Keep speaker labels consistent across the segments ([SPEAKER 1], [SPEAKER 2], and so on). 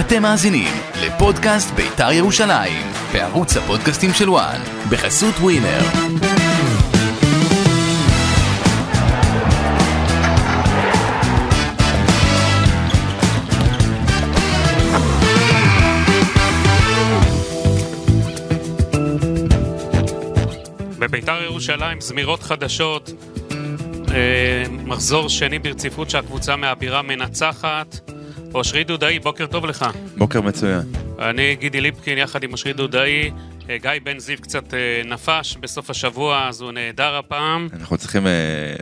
[SPEAKER 1] אתם מאזינים לפודקאסט בית"ר ירושלים, בערוץ הפודקאסטים של וואן, בחסות ווינר.
[SPEAKER 2] בביתר ירושלים זמירות חדשות, אה, מחזור שני ברציפות שהקבוצה מהבירה מנצחת. אושרי דודאי, בוקר טוב לך.
[SPEAKER 3] בוקר מצוין.
[SPEAKER 2] אני גידי ליפקין יחד עם אושרי דודאי. אה, גיא בן זיו קצת אה, נפש בסוף השבוע, אז הוא נהדר הפעם.
[SPEAKER 3] אנחנו צריכים אה,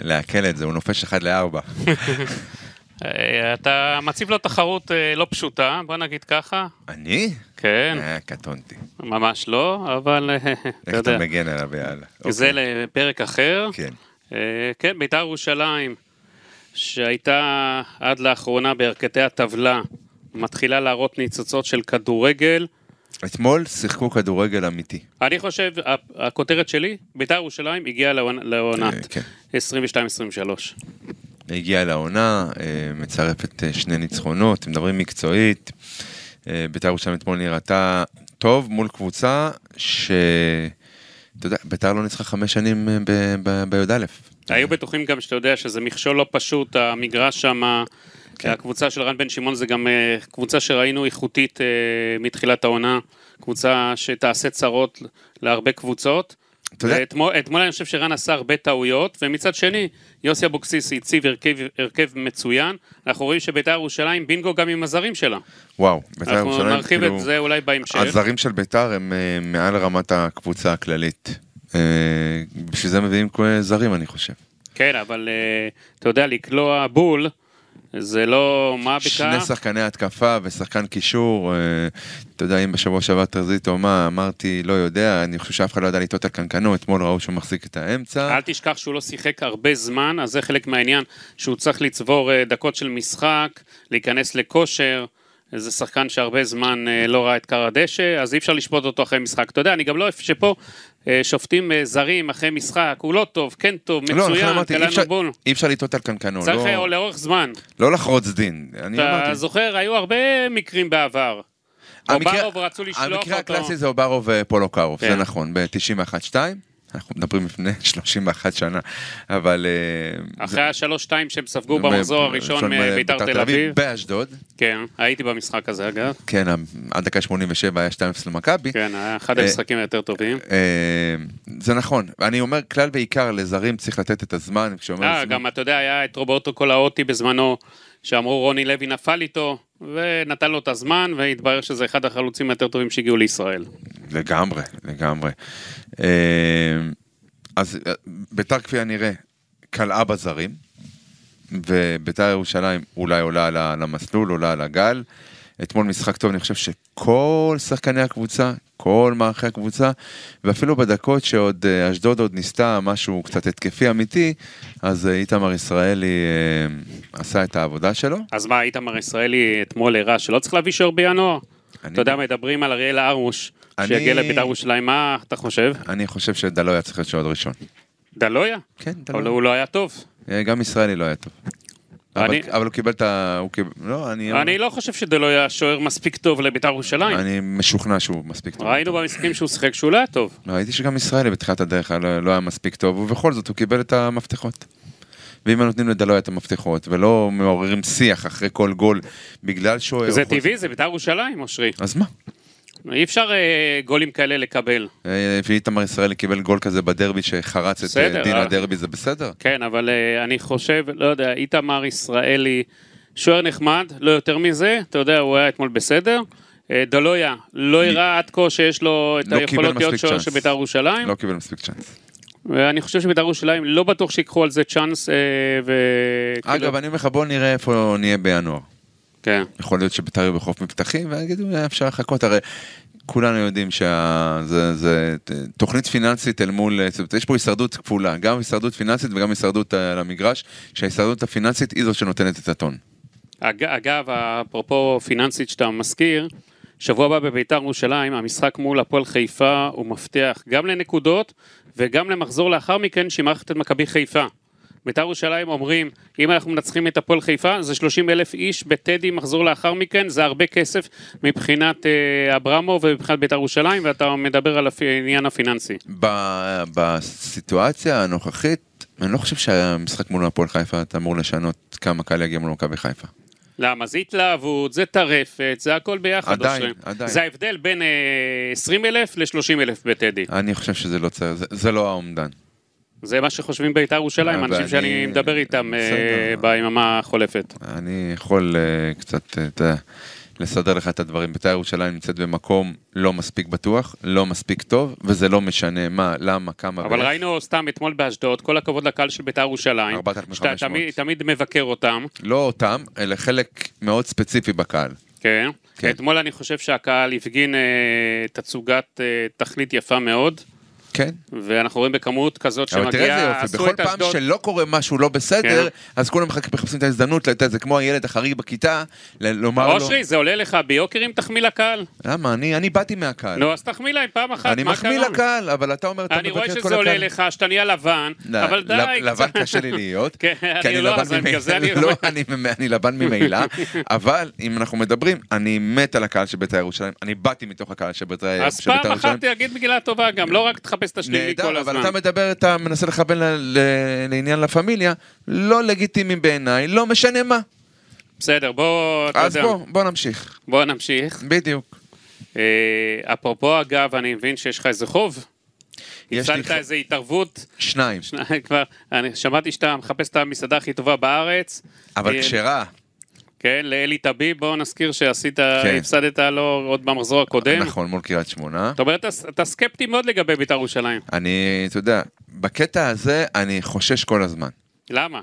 [SPEAKER 3] לעכל את זה, הוא נופש אחד לארבע.
[SPEAKER 2] אה, אתה מציב לו תחרות אה, לא פשוטה, בוא נגיד ככה.
[SPEAKER 3] אני?
[SPEAKER 2] כן,
[SPEAKER 3] אה, קטונתי.
[SPEAKER 2] ממש לא, אבל אה, אתה
[SPEAKER 3] איך אתה
[SPEAKER 2] יודע.
[SPEAKER 3] מגן עליו, יאללה.
[SPEAKER 2] זה
[SPEAKER 3] אוקיי.
[SPEAKER 2] לפרק אחר.
[SPEAKER 3] כן.
[SPEAKER 2] אה, כן, בית"ר ירושלים, שהייתה עד לאחרונה בירכתי הטבלה, מתחילה להראות ניצוצות של כדורגל.
[SPEAKER 3] אתמול שיחקו כדורגל אמיתי.
[SPEAKER 2] אני חושב, ה- הכותרת שלי, בית"ר ירושלים הגיעה לעונ- לעונת
[SPEAKER 3] אה, כן.
[SPEAKER 2] 22-23.
[SPEAKER 3] הגיעה לעונה, אה, מצרפת אה, שני ניצחונות, אתם מדברים מקצועית. אה, בית"ר ירושלים אתמול נראתה טוב מול קבוצה ש... אתה יודע, בית"ר לא ניצחה חמש שנים אה, ב- ב- בי"א.
[SPEAKER 2] היו בטוחים גם שאתה יודע שזה מכשול לא פשוט, המגרש שם,
[SPEAKER 3] כן.
[SPEAKER 2] הקבוצה של רן בן שמעון זה גם אה, קבוצה שראינו איכותית אה, מתחילת העונה, קבוצה שתעשה צרות להרבה קבוצות.
[SPEAKER 3] אתה יודע,
[SPEAKER 2] אתמול, אתמול אני חושב שרן עשה הרבה טעויות, ומצד שני, יוסי אבוקסיס הציב הרכב, הרכב מצוין. אנחנו רואים שביתר ירושלים בינגו גם עם הזרים שלה.
[SPEAKER 3] וואו, בית"ר
[SPEAKER 2] אנחנו
[SPEAKER 3] ירושלים
[SPEAKER 2] נרחיב
[SPEAKER 3] כאילו-
[SPEAKER 2] את זה אולי בהמשך.
[SPEAKER 3] הזרים של ביתר הם אה, מעל רמת הקבוצה הכללית. אה, בשביל זה מביאים כל- זרים, אני חושב.
[SPEAKER 2] כן, אבל אה, אתה יודע, לקלוע בול, זה לא מה
[SPEAKER 3] שני
[SPEAKER 2] בכך.
[SPEAKER 3] שחקני התקפה ושחקן קישור, אה, אתה יודע, אם בשבוע שעבר תרזית או מה, אמרתי, לא יודע, אני חושב שאף אחד לא ידע לטעות את הקנקנו, אתמול ראו שהוא מחזיק את האמצע.
[SPEAKER 2] אל תשכח שהוא לא שיחק הרבה זמן, אז זה חלק מהעניין, שהוא צריך לצבור אה, דקות של משחק, להיכנס לכושר. זה שחקן שהרבה זמן אה, לא ראה את קר הדשא, אז אי אפשר לשפוט אותו אחרי משחק. אתה יודע, אני גם לא אוהב שפה אה, שופטים אה, זרים אחרי משחק, הוא לא טוב, כן טוב,
[SPEAKER 3] לא, לכן
[SPEAKER 2] מצוין,
[SPEAKER 3] אמרתי, אי אפשר-
[SPEAKER 2] קלענו בול.
[SPEAKER 3] אי אפשר לטעות על קנקנו,
[SPEAKER 2] צריך
[SPEAKER 3] לא-
[SPEAKER 2] אה, לאורך זמן.
[SPEAKER 3] לא לחרוץ דין. אני
[SPEAKER 2] אתה
[SPEAKER 3] אמרתי,
[SPEAKER 2] זוכר, היו הרבה מקרים בעבר.
[SPEAKER 3] המקרה-
[SPEAKER 2] אוברוב רצו לשלוח אותו.
[SPEAKER 3] המקרה הקלאסי זה אוברוב ופולוקרוב,
[SPEAKER 2] כן.
[SPEAKER 3] זה נכון, ב-91-2, אנחנו מדברים לפני 31 שנה, אבל... אה,
[SPEAKER 2] אחרי השלוש-שתיים שהם ספגו במחזור הראשון מביתר תל אביב.
[SPEAKER 3] באשדוד.
[SPEAKER 2] כן, הייתי במשחק הזה אגב.
[SPEAKER 3] כן, עד דקה 87 היה 2-0 למכבי.
[SPEAKER 2] כן, היה אחד
[SPEAKER 3] אה,
[SPEAKER 2] המשחקים היותר טובים.
[SPEAKER 3] אה, זה נכון, ואני אומר כלל ועיקר לזרים צריך לתת את הזמן, כשאומר
[SPEAKER 2] אה,
[SPEAKER 3] זמן-
[SPEAKER 2] גם אתה יודע, היה את רוברטו קולאוטי בזמנו, שאמרו רוני לוי נפל איתו, ונתן לו את הזמן, והתברר שזה אחד החלוצים היותר טובים שהגיעו לישראל.
[SPEAKER 3] לגמרי, לגמרי. אה, אז אה, ביתר כפי הנראה קלעה בזרים, וביתר ירושלים אולי עולה על ה- על המסלול, עולה על הגל. אתמול משחק טוב, אני חושב שכל שחקני הקבוצה, כל מערכי הקבוצה, ואפילו בדקות שעוד אה, אשדוד עוד ניסתה משהו קצת התקפי אמיתי, אז אה, איתמר ישראלי אה, עשה את העבודה שלו.
[SPEAKER 2] אז מה, איתמר ישראלי אתמול הראה שלא צריך להביא שוער בינואר?
[SPEAKER 3] אני- לא-
[SPEAKER 2] אתה יודע, מדברים על אריאל הרוש,
[SPEAKER 3] אני-
[SPEAKER 2] שיגיע לבית"ר ירושלים, מה אתה חושב?
[SPEAKER 3] אני חושב שדלו היה צריך להיות שעוד ראשון.
[SPEAKER 2] דלויה?
[SPEAKER 3] כן,
[SPEAKER 2] אבל הוא לא היה טוב.
[SPEAKER 3] אה, גם ישראלי לא היה טוב.
[SPEAKER 2] אני-
[SPEAKER 3] אבל, אבל הוא קיבל את ה... הוא קיבל... לא, אני...
[SPEAKER 2] אני לא חושב שדלויה שוער מספיק טוב לבית"ר ירושלים.
[SPEAKER 3] אני משוכנע שהוא מספיק טוב.
[SPEAKER 2] ראינו במשחקים שהוא שיחק שהוא לא היה טוב.
[SPEAKER 3] ראיתי שגם ישראלי בתחילת הדרך לא, לא היה מספיק טוב, ובכל זאת הוא קיבל את המפתחות. ואם היו נותנים לדלויה את המפתחות, ולא מעוררים שיח אחרי כל גול בגלל שוער...
[SPEAKER 2] זה
[SPEAKER 3] או חוזה-
[SPEAKER 2] טבעי, זה בית"ר ירושלים, אושרי.
[SPEAKER 3] אז מה?
[SPEAKER 2] אי אפשר אה, גולים כאלה לקבל.
[SPEAKER 3] אה, ואיתמר ישראלי קיבל גול כזה בדרבי שחרץ את
[SPEAKER 2] בסדר,
[SPEAKER 3] אה, דין
[SPEAKER 2] אה.
[SPEAKER 3] הדרבי, זה בסדר?
[SPEAKER 2] כן, אבל אה, אני חושב, לא יודע, איתמר ישראלי, שוער נחמד, לא יותר מזה, אתה יודע, הוא היה אתמול בסדר. אה, דלויה, לא הראה עד כה שיש לו את
[SPEAKER 3] לא קיבל
[SPEAKER 2] היכולות להיות
[SPEAKER 3] מספיק
[SPEAKER 2] שוער
[SPEAKER 3] צ'אנס.
[SPEAKER 2] של בית"ר ירושלים.
[SPEAKER 3] לא קיבל מספיק צ'אנס.
[SPEAKER 2] ואני חושב שבית"ר ירושלים, לא בטוח שיקחו על זה צ'אנס. אה, ו... כאילו-
[SPEAKER 3] אגב, אני אומר לך, בוא נראה איפה נהיה בינואר.
[SPEAKER 2] כן.
[SPEAKER 3] יכול להיות שביתר יהיו בחוף מבטחים, ויגידו, "אה, אפשר לחכות, הרי כולנו יודעים שזה זה, ת- תוכנית פיננסית אל מול, אה, זאת אומרת, יש פה הישרדות כפולה, גם הישרדות פיננסית וגם הישרדות אה, על המגרש, שההישרדות הפיננסית היא זו שנותנת את הטון.
[SPEAKER 2] אג, אגב, אפרופו פיננסית שאתה מזכיר, שבוע הבא בביתר ירושלים, המשחק מול הפועל חיפה הוא מפתח גם לנקודות וגם למחזור לאחר מכן, שהיא מארחת את מכבי חיפה. בית"ר ירושלים אומרים, אם אנחנו מנצחים את הפועל חיפה, זה 30 אלף איש בטדי מחזור לאחר מכן, זה הרבה כסף מבחינת אה, אברמוב ומבחינת בית"ר ירושלים, ואתה מדבר על העניין הפיננסי.
[SPEAKER 3] ב- בסיטואציה הנוכחית, אני לא חושב שהמשחק מול הפועל חיפה, אתה אמור לשנות כמה קהל יגיע מול מכבי חיפה.
[SPEAKER 2] למה? זה התלהבות, זה טרפת, זה הכל ביחד.
[SPEAKER 3] עדיין,
[SPEAKER 2] אושרי.
[SPEAKER 3] עדיין.
[SPEAKER 2] זה ההבדל בין אה, 20 אלף ל-30 אלף בטדי.
[SPEAKER 3] אני חושב שזה לא צריך, זה, זה לא האומדן.
[SPEAKER 2] זה מה שחושבים בית"ר ירושלים,
[SPEAKER 3] אבל
[SPEAKER 2] אנשים שאני
[SPEAKER 3] אני-
[SPEAKER 2] מדבר איתם אה,
[SPEAKER 3] בסדר.
[SPEAKER 2] ביממה החולפת.
[SPEAKER 3] אני יכול uh, קצת uh, לסדר לך את הדברים. בית"ר ירושלים נמצאת במקום לא מספיק בטוח, לא מספיק טוב, וזה לא משנה מה, למה, כמה.
[SPEAKER 2] אבל
[SPEAKER 3] ואיך.
[SPEAKER 2] ראינו סתם אתמול באשדוד, כל הכבוד לקהל של בית"ר ירושלים,
[SPEAKER 3] 4,500.
[SPEAKER 2] שאתה תמיד- תמיד מבקר אותם,
[SPEAKER 3] לא אותם, אלא חלק מאוד ספציפי בקהל.
[SPEAKER 2] כן.
[SPEAKER 3] כן.
[SPEAKER 2] אתמול אני חושב שהקהל הפגין אה, תצוגת אה, תכלית יפה מאוד,
[SPEAKER 3] כן.
[SPEAKER 2] ואנחנו רואים בכמות כזאת
[SPEAKER 3] אבל תראה איזה
[SPEAKER 2] שמגיעה,
[SPEAKER 3] יופי,
[SPEAKER 2] עשו
[SPEAKER 3] בכל
[SPEAKER 2] את כן.
[SPEAKER 3] פעם
[SPEAKER 2] אשדוד.
[SPEAKER 3] שלא קורה משהו לא בסדר, אז כולם מחכים- מחפשים את ההזדמנות, לתת, זה כמו הילד החריג בכיתה, ל- לומר לו,
[SPEAKER 2] אושרי, זה עולה לך ביוקר אם תחמיא לקהל?
[SPEAKER 3] למה, אני אני באתי מהקהל.
[SPEAKER 2] נו, אז תחמיא להם פעם אחת,
[SPEAKER 3] אני
[SPEAKER 2] מה
[SPEAKER 3] מחמיא
[SPEAKER 2] קרה?
[SPEAKER 3] לקהל, אבל אתה אומר, אתה
[SPEAKER 2] אני רואה
[SPEAKER 3] מבקר את כל
[SPEAKER 2] שזה עולה
[SPEAKER 3] הקהל.
[SPEAKER 2] לך, שאתה נהיה לבן,
[SPEAKER 3] לא,
[SPEAKER 2] אבל
[SPEAKER 3] ל-
[SPEAKER 2] די.
[SPEAKER 3] לבן
[SPEAKER 2] קצת.
[SPEAKER 3] קשה לי להיות,
[SPEAKER 2] כן,
[SPEAKER 3] כי
[SPEAKER 2] אני
[SPEAKER 3] אני
[SPEAKER 2] לא,
[SPEAKER 3] לבן
[SPEAKER 2] אז אני
[SPEAKER 3] ממילא,
[SPEAKER 2] כזה, אני...
[SPEAKER 3] לא, אני ממ- אני לבן ממילא, אבל אם אנחנו מדברים, אני מת על הקהל של בית"ר ירושלים, אני באתי מתוך הקהל של בית"ר ירושלים.
[SPEAKER 2] אז פעם אחת תגיד מילה טובה גם, לא רק תחפש את השלילי כל
[SPEAKER 3] אה, נהדר, אבל
[SPEAKER 2] הזמן.
[SPEAKER 3] אתה מדבר, אתה מנסה לכוון ל- ל- לעניין לה פמיליה, לא לגיטימי בעיניי, לא משנה מה.
[SPEAKER 2] בסדר, בוא, אתה
[SPEAKER 3] אז
[SPEAKER 2] לא יודע,
[SPEAKER 3] בוא, בוא נמשיך.
[SPEAKER 2] בוא נמשיך.
[SPEAKER 3] בדיוק.
[SPEAKER 2] אה, אפרופו, אגב, אני מבין שיש לך איזה חוב.
[SPEAKER 3] יש לי
[SPEAKER 2] הפסדת
[SPEAKER 3] ח-
[SPEAKER 2] איזה התערבות,
[SPEAKER 3] שניים,
[SPEAKER 2] שניים כבר, אני שמעתי שאתה מחפש את המסעדה הכי טובה בארץ.
[SPEAKER 3] אבל
[SPEAKER 2] אה,
[SPEAKER 3] כשרה,
[SPEAKER 2] כן, לאלי טביב, בוא נזכיר שעשית,
[SPEAKER 3] כן.
[SPEAKER 2] הפסדת לו עוד במחזור הקודם.
[SPEAKER 3] נכון, מול קריית שמונה.
[SPEAKER 2] אתה אומר, אתה- אתה סקפטי מאוד לגבי בית"ר ירושלים.
[SPEAKER 3] אני, אתה יודע, בקטע הזה אני חושש כל הזמן.
[SPEAKER 2] למה?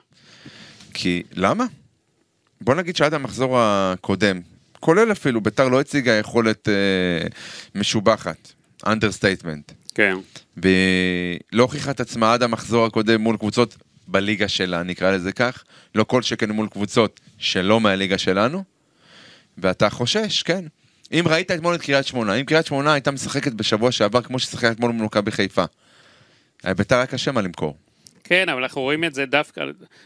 [SPEAKER 3] כי למה? בוא נגיד שעד המחזור הקודם, כולל אפילו, ביתר לא הציגה יכולת אה, משובחת, אנדרסטייטמנט,
[SPEAKER 2] כן.
[SPEAKER 3] ולא הוכיחה את עצמה עד המחזור הקודם מול קבוצות בליגה שלה, נקרא לזה כך, לא כל שכן מול קבוצות שלא מהליגה שלנו, ואתה חושש, כן. אם ראית אתמול את קריית שמונה, אם קריית שמונה הייתה משחקת בשבוע שעבר כמו ששיחקה אתמול מול מכבי חיפה, ביתר היה קשה מה למכור.
[SPEAKER 2] כן, אבל אנחנו רואים את זה דווקא...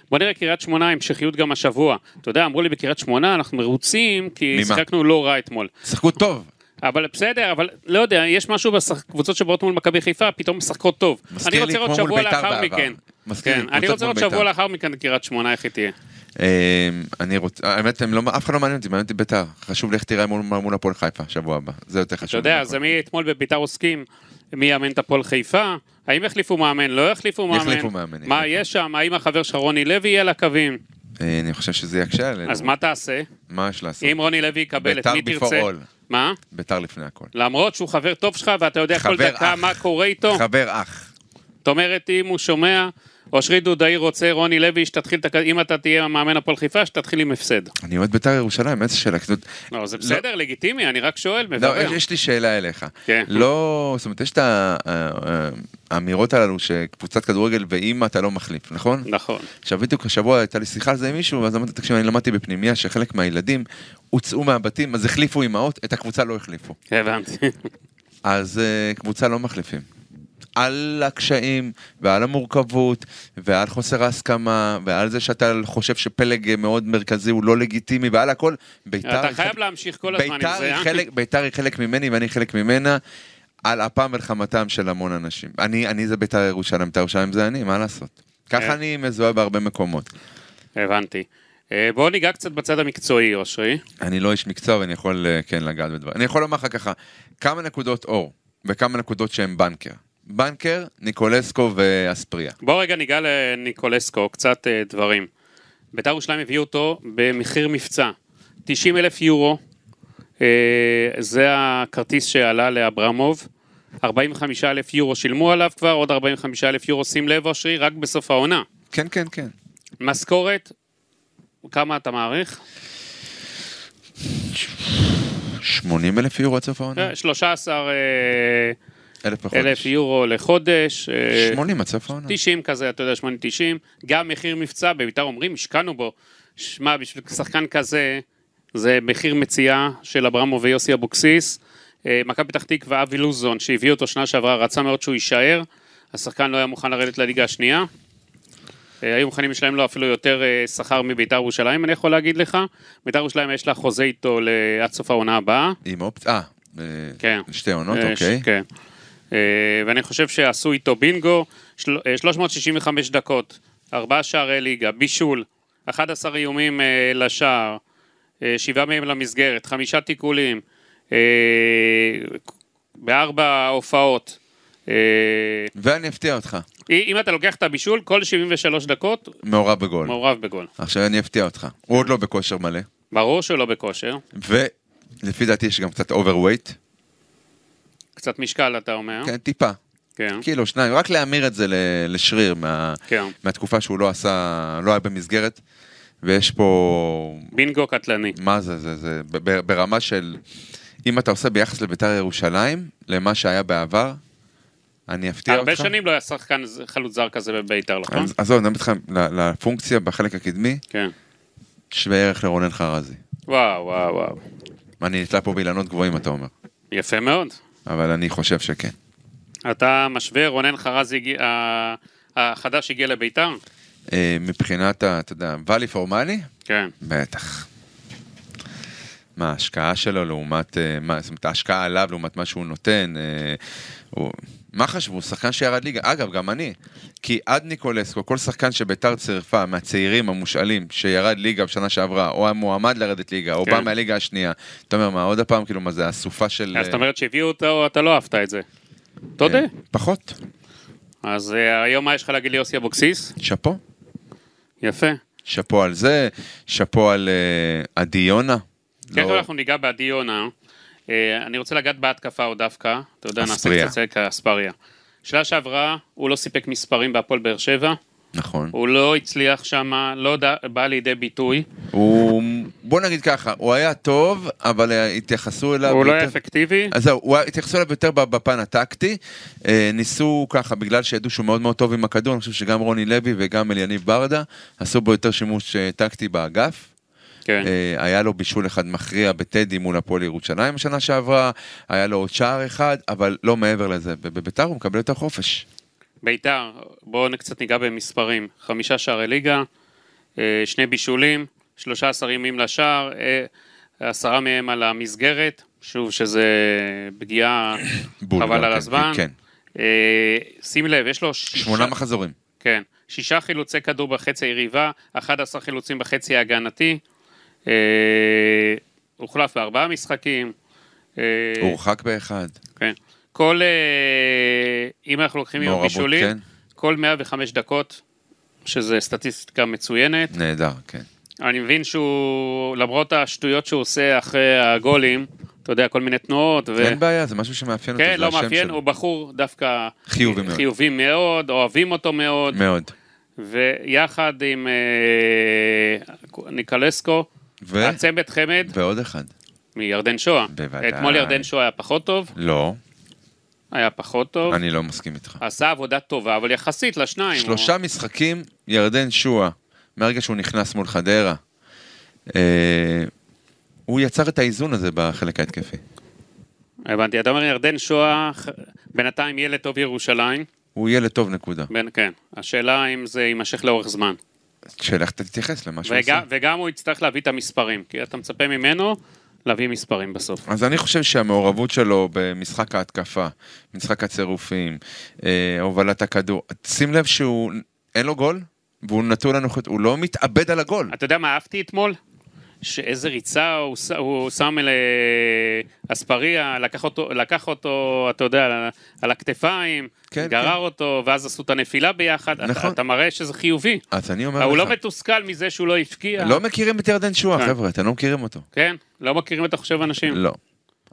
[SPEAKER 2] בוא נראה קריית שמונה, המשכיות גם השבוע. אתה יודע, אמרו לי בקריית שמונה, אנחנו מרוצים, כי
[SPEAKER 3] ממה?
[SPEAKER 2] שיחקנו לא רע אתמול.
[SPEAKER 3] שיחקו טוב,
[SPEAKER 2] אבל בסדר, אבל לא יודע, יש משהו בקבוצות שבאות מול מכבי חיפה, פתאום משחקות טוב. אני
[SPEAKER 3] מזכיר
[SPEAKER 2] רוצה
[SPEAKER 3] לי
[SPEAKER 2] עוד
[SPEAKER 3] כמו מול
[SPEAKER 2] שבוע
[SPEAKER 3] בית"ר
[SPEAKER 2] לאחר
[SPEAKER 3] בעבר.
[SPEAKER 2] מכן.
[SPEAKER 3] מזכיר לי
[SPEAKER 2] כן,
[SPEAKER 3] קבוצות
[SPEAKER 2] אני רוצה
[SPEAKER 3] מול
[SPEAKER 2] עוד שבוע
[SPEAKER 3] בית"ר.
[SPEAKER 2] לאחר מכן קריית שמונה, איך היא תהיה.
[SPEAKER 3] אמ, אני רוצה, האמת, הם לא, אף אחד לא מעניין אותי, מעניין אותי ביתר. חשוב לי איך תראה מול, מול הפועל חיפה, שבוע הבא. זה יותר חשוב.
[SPEAKER 2] אתה יודע,
[SPEAKER 3] מהכל.
[SPEAKER 2] זה מי אתמול בביתר עוסקים, מי יאמן את הפועל חיפה, האם יחליפו מאמן, לא יחליפו מאמן,
[SPEAKER 3] יחליפו מאמן,
[SPEAKER 2] מה
[SPEAKER 3] יחליפו.
[SPEAKER 2] יש שם, האם החבר שלך רוני לוי יהיה על הקווים,
[SPEAKER 3] אה, אני חושב שזה יקשה עלינו.
[SPEAKER 2] אז מה תעשה?
[SPEAKER 3] מה יש לעשות?
[SPEAKER 2] אם רוני לוי יקבל את
[SPEAKER 3] ביתר
[SPEAKER 2] מי
[SPEAKER 3] before
[SPEAKER 2] תרצה?
[SPEAKER 3] all.
[SPEAKER 2] מה?
[SPEAKER 3] ביתר לפני הכל.
[SPEAKER 2] למרות שהוא חבר טוב שלך ואתה יודע כל
[SPEAKER 3] חבר
[SPEAKER 2] דקה
[SPEAKER 3] אח.
[SPEAKER 2] מה קורה איתו,
[SPEAKER 3] חבר אח.
[SPEAKER 2] זאת אומרת אם הוא שומע, אושרי דודאי רוצה רוני לוי שתתחיל, את הכ- אם אתה תהיה מאמן הפועל חיפה, שתתחיל עם הפסד.
[SPEAKER 3] אני אוהד ביתר ירושלים, איזה שאלה. כזאת-
[SPEAKER 2] לא, זה בסדר, לגיטימי, אני רק שואל,
[SPEAKER 3] לא,
[SPEAKER 2] מברר.
[SPEAKER 3] יש, יש לי שאלה אליך.
[SPEAKER 2] כן.
[SPEAKER 3] לא, זאת אומרת, יש את ה- ה- ה- האמירות הללו שקבוצת כדורגל ואם אתה לא מחליף, נכון?
[SPEAKER 2] נכון.
[SPEAKER 3] עכשיו בדיוק השבוע הייתה לי שיחה על זה עם מישהו, ואז אמרתי, תקשיב, אני למדתי בפנימייה שחלק מהילדים הוצאו מהבתים, אז החליפו אמהות, את הקבוצה לא החליפו.
[SPEAKER 2] הבנתי.
[SPEAKER 3] אז uh, קבוצה לא מחליפים. על הקשיים, ועל המורכבות, ועל חוסר ההסכמה, ועל זה שאתה חושב שפלג אה, מאוד מרכזי הוא לא לגיטימי, ועל הכל, ביתר
[SPEAKER 2] אתה
[SPEAKER 3] היא חלק-
[SPEAKER 2] חייב להמשיך כל הזמן
[SPEAKER 3] ביתר
[SPEAKER 2] עם זה.
[SPEAKER 3] היא
[SPEAKER 2] אה?
[SPEAKER 3] חלק- ביתר היא חלק ממני ואני חלק ממנה, על אפם ולחמתם של המון אנשים. אני, אני זה ביתר ירושלים, ביתר ירושלים זה אני, מה לעשות?
[SPEAKER 2] כן.
[SPEAKER 3] ככה אני מזוהה בהרבה מקומות.
[SPEAKER 2] הבנתי. אה, בואו ניגע קצת בצד המקצועי, אושרי.
[SPEAKER 3] אני לא איש מקצוע ואני יכול אה, כן לגעת בדבר. אני יכול לומר לך ככה, כמה נקודות אור וכמה נקודות שהן בנקר. בנקר, ניקולסקו ואספריה.
[SPEAKER 2] בואו רגע ניגע לניקולסקו, קצת אה, דברים. בית"ר ירושלים הביאו אותו במחיר מבצע. 90 אלף יורו, אה, זה הכרטיס שעלה לאברמוב. 45 אלף יורו שילמו עליו כבר, עוד 45 אלף יורו, שים לב אושרי, רק בסוף העונה.
[SPEAKER 3] כן, כן, כן.
[SPEAKER 2] משכורת, כמה אתה מעריך?
[SPEAKER 3] 80 אלף יורו עד סוף העונה?
[SPEAKER 2] 13 אה,
[SPEAKER 3] אלף בחודש.
[SPEAKER 2] כן. אלף יורו לחודש. אה,
[SPEAKER 3] 80 עד סוף העונה.
[SPEAKER 2] 90 כזה, אתה יודע, 8 90, גם מחיר מבצע, בביתר אומרים, השקענו בו. שמע, בשביל שחקן כזה, זה מחיר מציאה של אברמוב ויוסי אבוקסיס. אה, מכבי פתח תקווה, אבי לוזון, שהביא אותו שנה שעברה, רצה מאוד שהוא יישאר. השחקן לא היה מוכן לרדת לליגה השנייה. אה, היו מוכנים לשלם לו אפילו יותר אה, שכר מביתר ירושלים, אני יכול להגיד לך. ביתר ירושלים יש לה חוזה איתו ל- עד סוף העונה הבאה.
[SPEAKER 3] עם אופציה, אה,
[SPEAKER 2] כן.
[SPEAKER 3] אה, שתי עונות,
[SPEAKER 2] אה, ש-
[SPEAKER 3] אוקיי.
[SPEAKER 2] כן. אה, ואני חושב שעשו איתו בינגו, של- אה, 365 דקות, 4 שערי ליגה, בישול, 11 איומים אה, לשער, 7 מהם למסגרת, 5 תיקולים, אה, בארבע הופעות. אה,
[SPEAKER 3] ואני אפתיע אותך,
[SPEAKER 2] אם אתה לוקח את הבישול, כל 73 דקות
[SPEAKER 3] מעורב בגול.
[SPEAKER 2] מעורב בגול.
[SPEAKER 3] עכשיו אני אפתיע אותך, הוא עוד לא בכושר מלא,
[SPEAKER 2] ברור שהוא לא בכושר,
[SPEAKER 3] ולפי דעתי יש גם קצת אוברווייט,
[SPEAKER 2] אה. קצת משקל אתה אומר.
[SPEAKER 3] כן, טיפה,
[SPEAKER 2] כן.
[SPEAKER 3] קילו, כאילו, שניים, רק להמיר את זה ל- לשריר מה-
[SPEAKER 2] כן.
[SPEAKER 3] מהתקופה שהוא לא עשה, לא היה במסגרת, ויש פה,
[SPEAKER 2] בינגו קטלני.
[SPEAKER 3] מה זה, זה, זה, ב- ב- ברמה של, אם אתה עושה ביחס לביתר ירושלים, למה שהיה בעבר, אני אפתיע אותך.
[SPEAKER 2] הרבה שנים לא היה שחקן ז- חלוץ זר כזה בביתר, נכון?
[SPEAKER 3] אז עזוב, אני מדבר איתך ל- לפונקציה בחלק הקדמי,
[SPEAKER 2] כן.
[SPEAKER 3] שווה ערך לרונן חרזי.
[SPEAKER 2] וואו, וואו, וואו.
[SPEAKER 3] אני נתלה פה באילנות גבוהים, אתה אומר,
[SPEAKER 2] יפה מאוד.
[SPEAKER 3] אבל אני חושב שכן.
[SPEAKER 2] אתה משווה, רונן חרז הגיע- ה- החדש הגיע לביתר?
[SPEAKER 3] אה, מבחינת, ה- אתה יודע, value for money?
[SPEAKER 2] כן.
[SPEAKER 3] בטח. מה, ההשקעה שלו לעומת, אה, מה, זאת אומרת, ההשקעה עליו לעומת מה שהוא נותן, אה, הוא... מה חשבו? שחקן שירד ליגה. אגב, גם אני. כי עד ניקולסקו, כל שחקן שביתר צירפה מהצעירים המושאלים שירד ליגה בשנה שעברה, או המועמד לרדת ליגה, או
[SPEAKER 2] כן.
[SPEAKER 3] בא מהליגה השנייה, אתה אומר, מה, עוד הפעם, כאילו, מה זה, אסופה של...
[SPEAKER 2] אז זאת אומרת שהביאו אותו, אתה לא אהבת את זה. תודה.
[SPEAKER 3] אה, פחות.
[SPEAKER 2] אז אה, היום מה יש לך להגיד ליוסי אבוקסיס?
[SPEAKER 3] שאפו.
[SPEAKER 2] יפה.
[SPEAKER 3] שאפו על זה, שאפו על אה, עדי יונה.
[SPEAKER 2] תכף
[SPEAKER 3] לא-
[SPEAKER 2] כן, אנחנו ניגע בעדי יונה. אה, אני רוצה לגעת בהתקפה עוד דווקא. אתה יודע, נעשה
[SPEAKER 3] אספריה.
[SPEAKER 2] קצת צדק על אספריה. שנה שעברה, הוא לא סיפק מספרים בהפועל באר שבע.
[SPEAKER 3] נכון.
[SPEAKER 2] הוא לא הצליח שם, לא ד- בא לידי ביטוי.
[SPEAKER 3] הוא, בוא נגיד ככה, הוא היה טוב, אבל אה, התייחסו אליו...
[SPEAKER 2] הוא לא
[SPEAKER 3] יותר-
[SPEAKER 2] היה אפקטיבי.
[SPEAKER 3] אז זהו, הוא היה- התייחסו אליו יותר בפן הטקטי. אה, ניסו ככה, בגלל שידעו שהוא מאוד מאוד טוב עם הכדור, אני חושב שגם רוני לוי וגם אליניב ברדה עשו בו יותר שימוש אה, טקטי באגף.
[SPEAKER 2] כן.
[SPEAKER 3] אה, היה לו בישול אחד מכריע בטדי מול הפועל ירושלים השנה שעברה, היה לו עוד שער אחד, אבל לא מעבר לזה. בביתר הוא מקבל יותר חופש.
[SPEAKER 2] ביתר, בואו קצת ניגע במספרים. חמישה שערי ליגה, אה, שני בישולים, 13 ימים לשער, אה, עשרה מהם על המסגרת, שוב שזה פגיעה
[SPEAKER 3] בול, גם
[SPEAKER 2] חבל על
[SPEAKER 3] כן,
[SPEAKER 2] הזמן.
[SPEAKER 3] כן.
[SPEAKER 2] אה, שים לב, יש לו שישה-
[SPEAKER 3] שמונה מחזורים.
[SPEAKER 2] כן, שישה חילוצי כדור בחצי היריבה, 11 חילוצים בחצי ההגנתי, אה, הוחלף בארבעה משחקים. אה,
[SPEAKER 3] הורחק באחד.
[SPEAKER 2] כן. כל, אה, אם אנחנו לוקחים עם
[SPEAKER 3] מעורבות,
[SPEAKER 2] הבישולים,
[SPEAKER 3] כן.
[SPEAKER 2] כל 105 דקות, שזה סטטיסטיקה מצוינת.
[SPEAKER 3] נהדר, כן.
[SPEAKER 2] אני מבין שהוא, למרות השטויות שהוא עושה אחרי הגולים, אתה יודע, כל מיני תנועות. ו...
[SPEAKER 3] אין בעיה, זה משהו שמאפיין אותו,
[SPEAKER 2] כן,
[SPEAKER 3] זה
[SPEAKER 2] לא
[SPEAKER 3] השם
[SPEAKER 2] מאפיין,
[SPEAKER 3] שלו.
[SPEAKER 2] הוא בחור דווקא
[SPEAKER 3] חיובי מאוד.
[SPEAKER 2] חיובי מאוד, אוהבים אותו מאוד,
[SPEAKER 3] מאוד.
[SPEAKER 2] ויחד עם אה, ניקלסקו,
[SPEAKER 3] ו...
[SPEAKER 2] הצמד חמד
[SPEAKER 3] ועוד אחד.
[SPEAKER 2] מירדן שואה.
[SPEAKER 3] בוודאי.
[SPEAKER 2] אתמול ירדן שואה היה פחות טוב,
[SPEAKER 3] לא,
[SPEAKER 2] היה פחות טוב. לא-
[SPEAKER 3] אני לא מסכים איתך.
[SPEAKER 2] עשה עבודה טובה, אבל יחסית לשניים.
[SPEAKER 3] שלושה משחקים, ירדן שואה, מהרגע שהוא נכנס מול חדרה, אה, הוא יצר את האיזון הזה בחלק ההתקפי.
[SPEAKER 2] הוא... הבנתי, אתה אומר ירדן שואה, ח- בינתיים ילד טוב ירושלים.
[SPEAKER 3] הוא ילד טוב, נקודה.
[SPEAKER 2] בין, כן, השאלה אם זה יימשך לאורך זמן.
[SPEAKER 3] שאלה איך אתה תתייחס למה שהוא עושה.
[SPEAKER 2] וגם, וגם הוא יצטרך להביא את המספרים, כי אתה מצפה ממנו להביא מספרים בסוף.
[SPEAKER 3] אז אני חושב שהמעורבות שלו במשחק ההתקפה, משחק הצירופים, אה, הובלת הכדור, שים לב שהוא, אין לו גול, והוא נטול הנוחות, הוא לא מתאבד על הגול.
[SPEAKER 2] אתה יודע מה אהבתי אתמול? שאיזה ריצה הוא, ש- הוא שם אל אספריה, לקח אותו, לקח אותו, אתה יודע, על- על הכתפיים,
[SPEAKER 3] כן,
[SPEAKER 2] גרר
[SPEAKER 3] כן.
[SPEAKER 2] אותו, ואז עשו את הנפילה ביחד. נכון. אתה,
[SPEAKER 3] נכון.
[SPEAKER 2] אתה מראה שזה חיובי.
[SPEAKER 3] אז אני אומר לך,
[SPEAKER 2] הוא לא מתוסכל מזה שהוא לא הבקיע.
[SPEAKER 3] לא מכירים את ירדן שואה,
[SPEAKER 2] כן.
[SPEAKER 3] חבר'ה, אתם לא מכירים אותו.
[SPEAKER 2] כן, לא מכירים את החושב אנשים.
[SPEAKER 3] לא.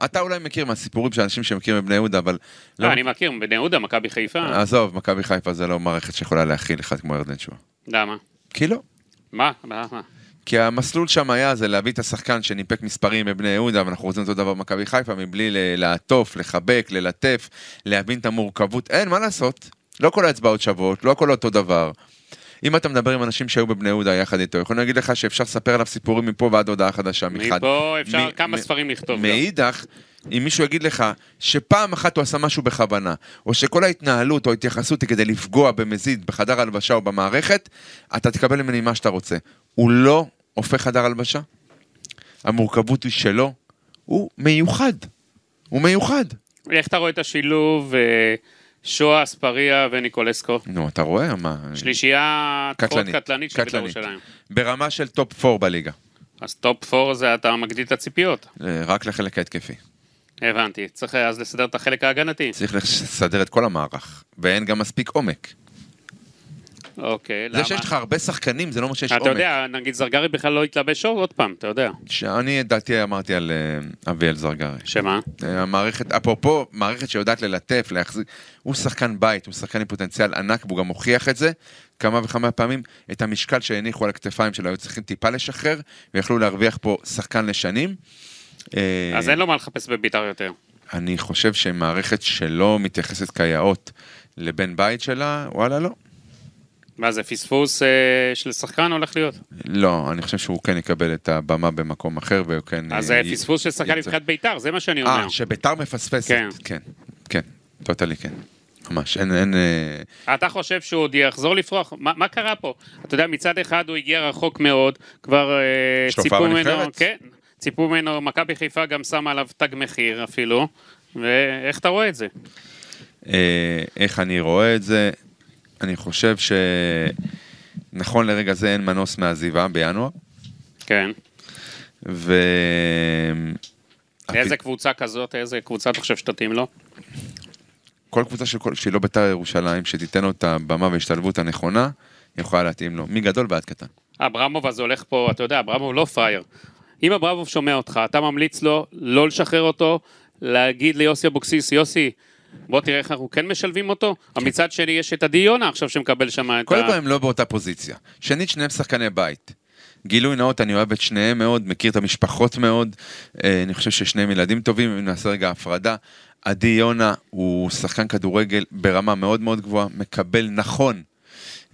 [SPEAKER 3] אתה אולי מכיר מהסיפורים של אנשים שמכירים בבני יהודה, אבל... לא. אה,
[SPEAKER 2] לא, אני מכיר, בני יהודה, מכבי חיפה.
[SPEAKER 3] עזוב, מכבי חיפה זה לא מערכת שיכולה להכיל אחד כמו ירדן שואה.
[SPEAKER 2] למה?
[SPEAKER 3] כי לא.
[SPEAKER 2] מה? מה? מה?
[SPEAKER 3] כי המסלול שם היה זה להביא את השחקן שניפק מספרים בבני יהודה, ואנחנו רוצים אותו דבר במכבי חיפה, מבלי ל- לעטוף, לחבק, ללטף, להבין את המורכבות. אין, מה לעשות? לא כל האצבעות שוות, לא הכל אותו דבר. אם אתה מדבר עם אנשים שהיו בבני יהודה יחד איתו, יכולים להגיד לך שאפשר לספר עליו סיפורים מפה ועד הודעה חדשה. מחד-
[SPEAKER 2] מפה אפשר
[SPEAKER 3] מ-
[SPEAKER 2] כמה
[SPEAKER 3] מ-
[SPEAKER 2] לא. ספרים לכתוב. גם.
[SPEAKER 3] מאידך, אם מישהו יגיד לך שפעם אחת הוא עשה משהו בכוונה, או שכל ההתנהלות או ההתייחסות היא כדי לפגוע במזיד בחדר הלבשה או במערכת, אתה תקבל ממני מה שאתה רוצה. הוא לא הופך חדר הלבשה, המורכבות היא שלו, הוא מיוחד. הוא מיוחד.
[SPEAKER 2] איך אתה רואה את השילוב אה, שואה, אספריה וניקולסקו?
[SPEAKER 3] נו, אתה רואה? מה?
[SPEAKER 2] שלישייה מאוד קטלנית של בית"ר
[SPEAKER 3] קטלנית.
[SPEAKER 2] ירושלים.
[SPEAKER 3] ברמה של טופ 4 בליגה.
[SPEAKER 2] אז טופ 4 זה אתה מגדיל את הציפיות.
[SPEAKER 3] אה, רק לחלק ההתקפי.
[SPEAKER 2] הבנתי. צריך אה, אז לסדר את החלק ההגנתי.
[SPEAKER 3] צריך לסדר את כל המערך, ואין גם מספיק עומק.
[SPEAKER 2] אוקיי, למה?
[SPEAKER 3] זה שיש לך הרבה שחקנים זה לא אומר שיש עומק.
[SPEAKER 2] אתה יודע, נגיד זרגרי בכלל לא התלבש אור, עוד פעם, אתה יודע.
[SPEAKER 3] שאני את דעתי אמרתי על אה, אביאל זרגרי.
[SPEAKER 2] שמה?
[SPEAKER 3] אה, המערכת, אפרופו, מערכת שיודעת ללטף, להחזיק, הוא שחקן בית, הוא שחקן עם פוטנציאל ענק, והוא גם הוכיח את זה כמה וכמה פעמים, את המשקל שהניחו על הכתפיים שלו, היו צריכים טיפה לשחרר, ויכלו להרוויח פה שחקן לשנים. אה,
[SPEAKER 2] אז אין לו מה לחפש בביתר יותר.
[SPEAKER 3] אני חושב שמערכת שלא מתייחסת כיאות לבן בית שלה, וואלה לא.
[SPEAKER 2] מה זה, פספוס אה, של שחקן הולך להיות?
[SPEAKER 3] לא, אני חושב שהוא כן יקבל את הבמה במקום אחר, והוא כן...
[SPEAKER 2] אז
[SPEAKER 3] אה,
[SPEAKER 2] זה
[SPEAKER 3] י-
[SPEAKER 2] פספוס של שחקן
[SPEAKER 3] יצא-
[SPEAKER 2] נבחרת ביתר, זה מה שאני אומר.
[SPEAKER 3] אה, שביתר מפספסת.
[SPEAKER 2] כן.
[SPEAKER 3] כן. כן, כן, טוטלי כן. ממש, אין, אין... אה,
[SPEAKER 2] אתה חושב שהוא עוד יחזור לפרוח? מה, מה קרה פה? אתה יודע, מצד אחד הוא הגיע רחוק מאוד, כבר אה,
[SPEAKER 3] יש לו
[SPEAKER 2] ציפו
[SPEAKER 3] פעם
[SPEAKER 2] ממנו,
[SPEAKER 3] בנבחרת?
[SPEAKER 2] כן, ציפו ממנו, מכבי חיפה גם שמה עליו תג מחיר אפילו, ואיך אתה רואה את זה?
[SPEAKER 3] אה, איך אני רואה את זה? אני חושב שנכון לרגע זה אין מנוס מהעזיבה בינואר,
[SPEAKER 2] כן.
[SPEAKER 3] ו...
[SPEAKER 2] איזה קבוצה כזאת, איזה קבוצה אתה חושב שתתאים לו?
[SPEAKER 3] כל קבוצה שכל- שהיא לא בית"ר ירושלים, שתיתן לו את הבמה וההשתלבות הנכונה, יכולה להתאים לו, מגדול ועד קטן.
[SPEAKER 2] אברמוב אז הולך פה, אתה יודע, אברמוב לא פראייר. אם אברמוב שומע אותך, אתה ממליץ לו לא לשחרר אותו, להגיד ליוסי אבוקסיס, יוסי, בוא תראה איך אנחנו כן משלבים אותו. אבל מצד שני יש את עדי יונה עכשיו שמקבל שם את
[SPEAKER 3] קודם כל
[SPEAKER 2] ה...
[SPEAKER 3] הם לא באותה פוזיציה. שנית, שניהם שחקני בית. גילוי נאות, אני אוהב את שניהם מאוד, מכיר את המשפחות מאוד, אה, אני חושב ששניהם ילדים טובים, אם נעשה רגע הפרדה. עדי יונה הוא שחקן כדורגל ברמה מאוד מאוד גבוהה, מקבל נכון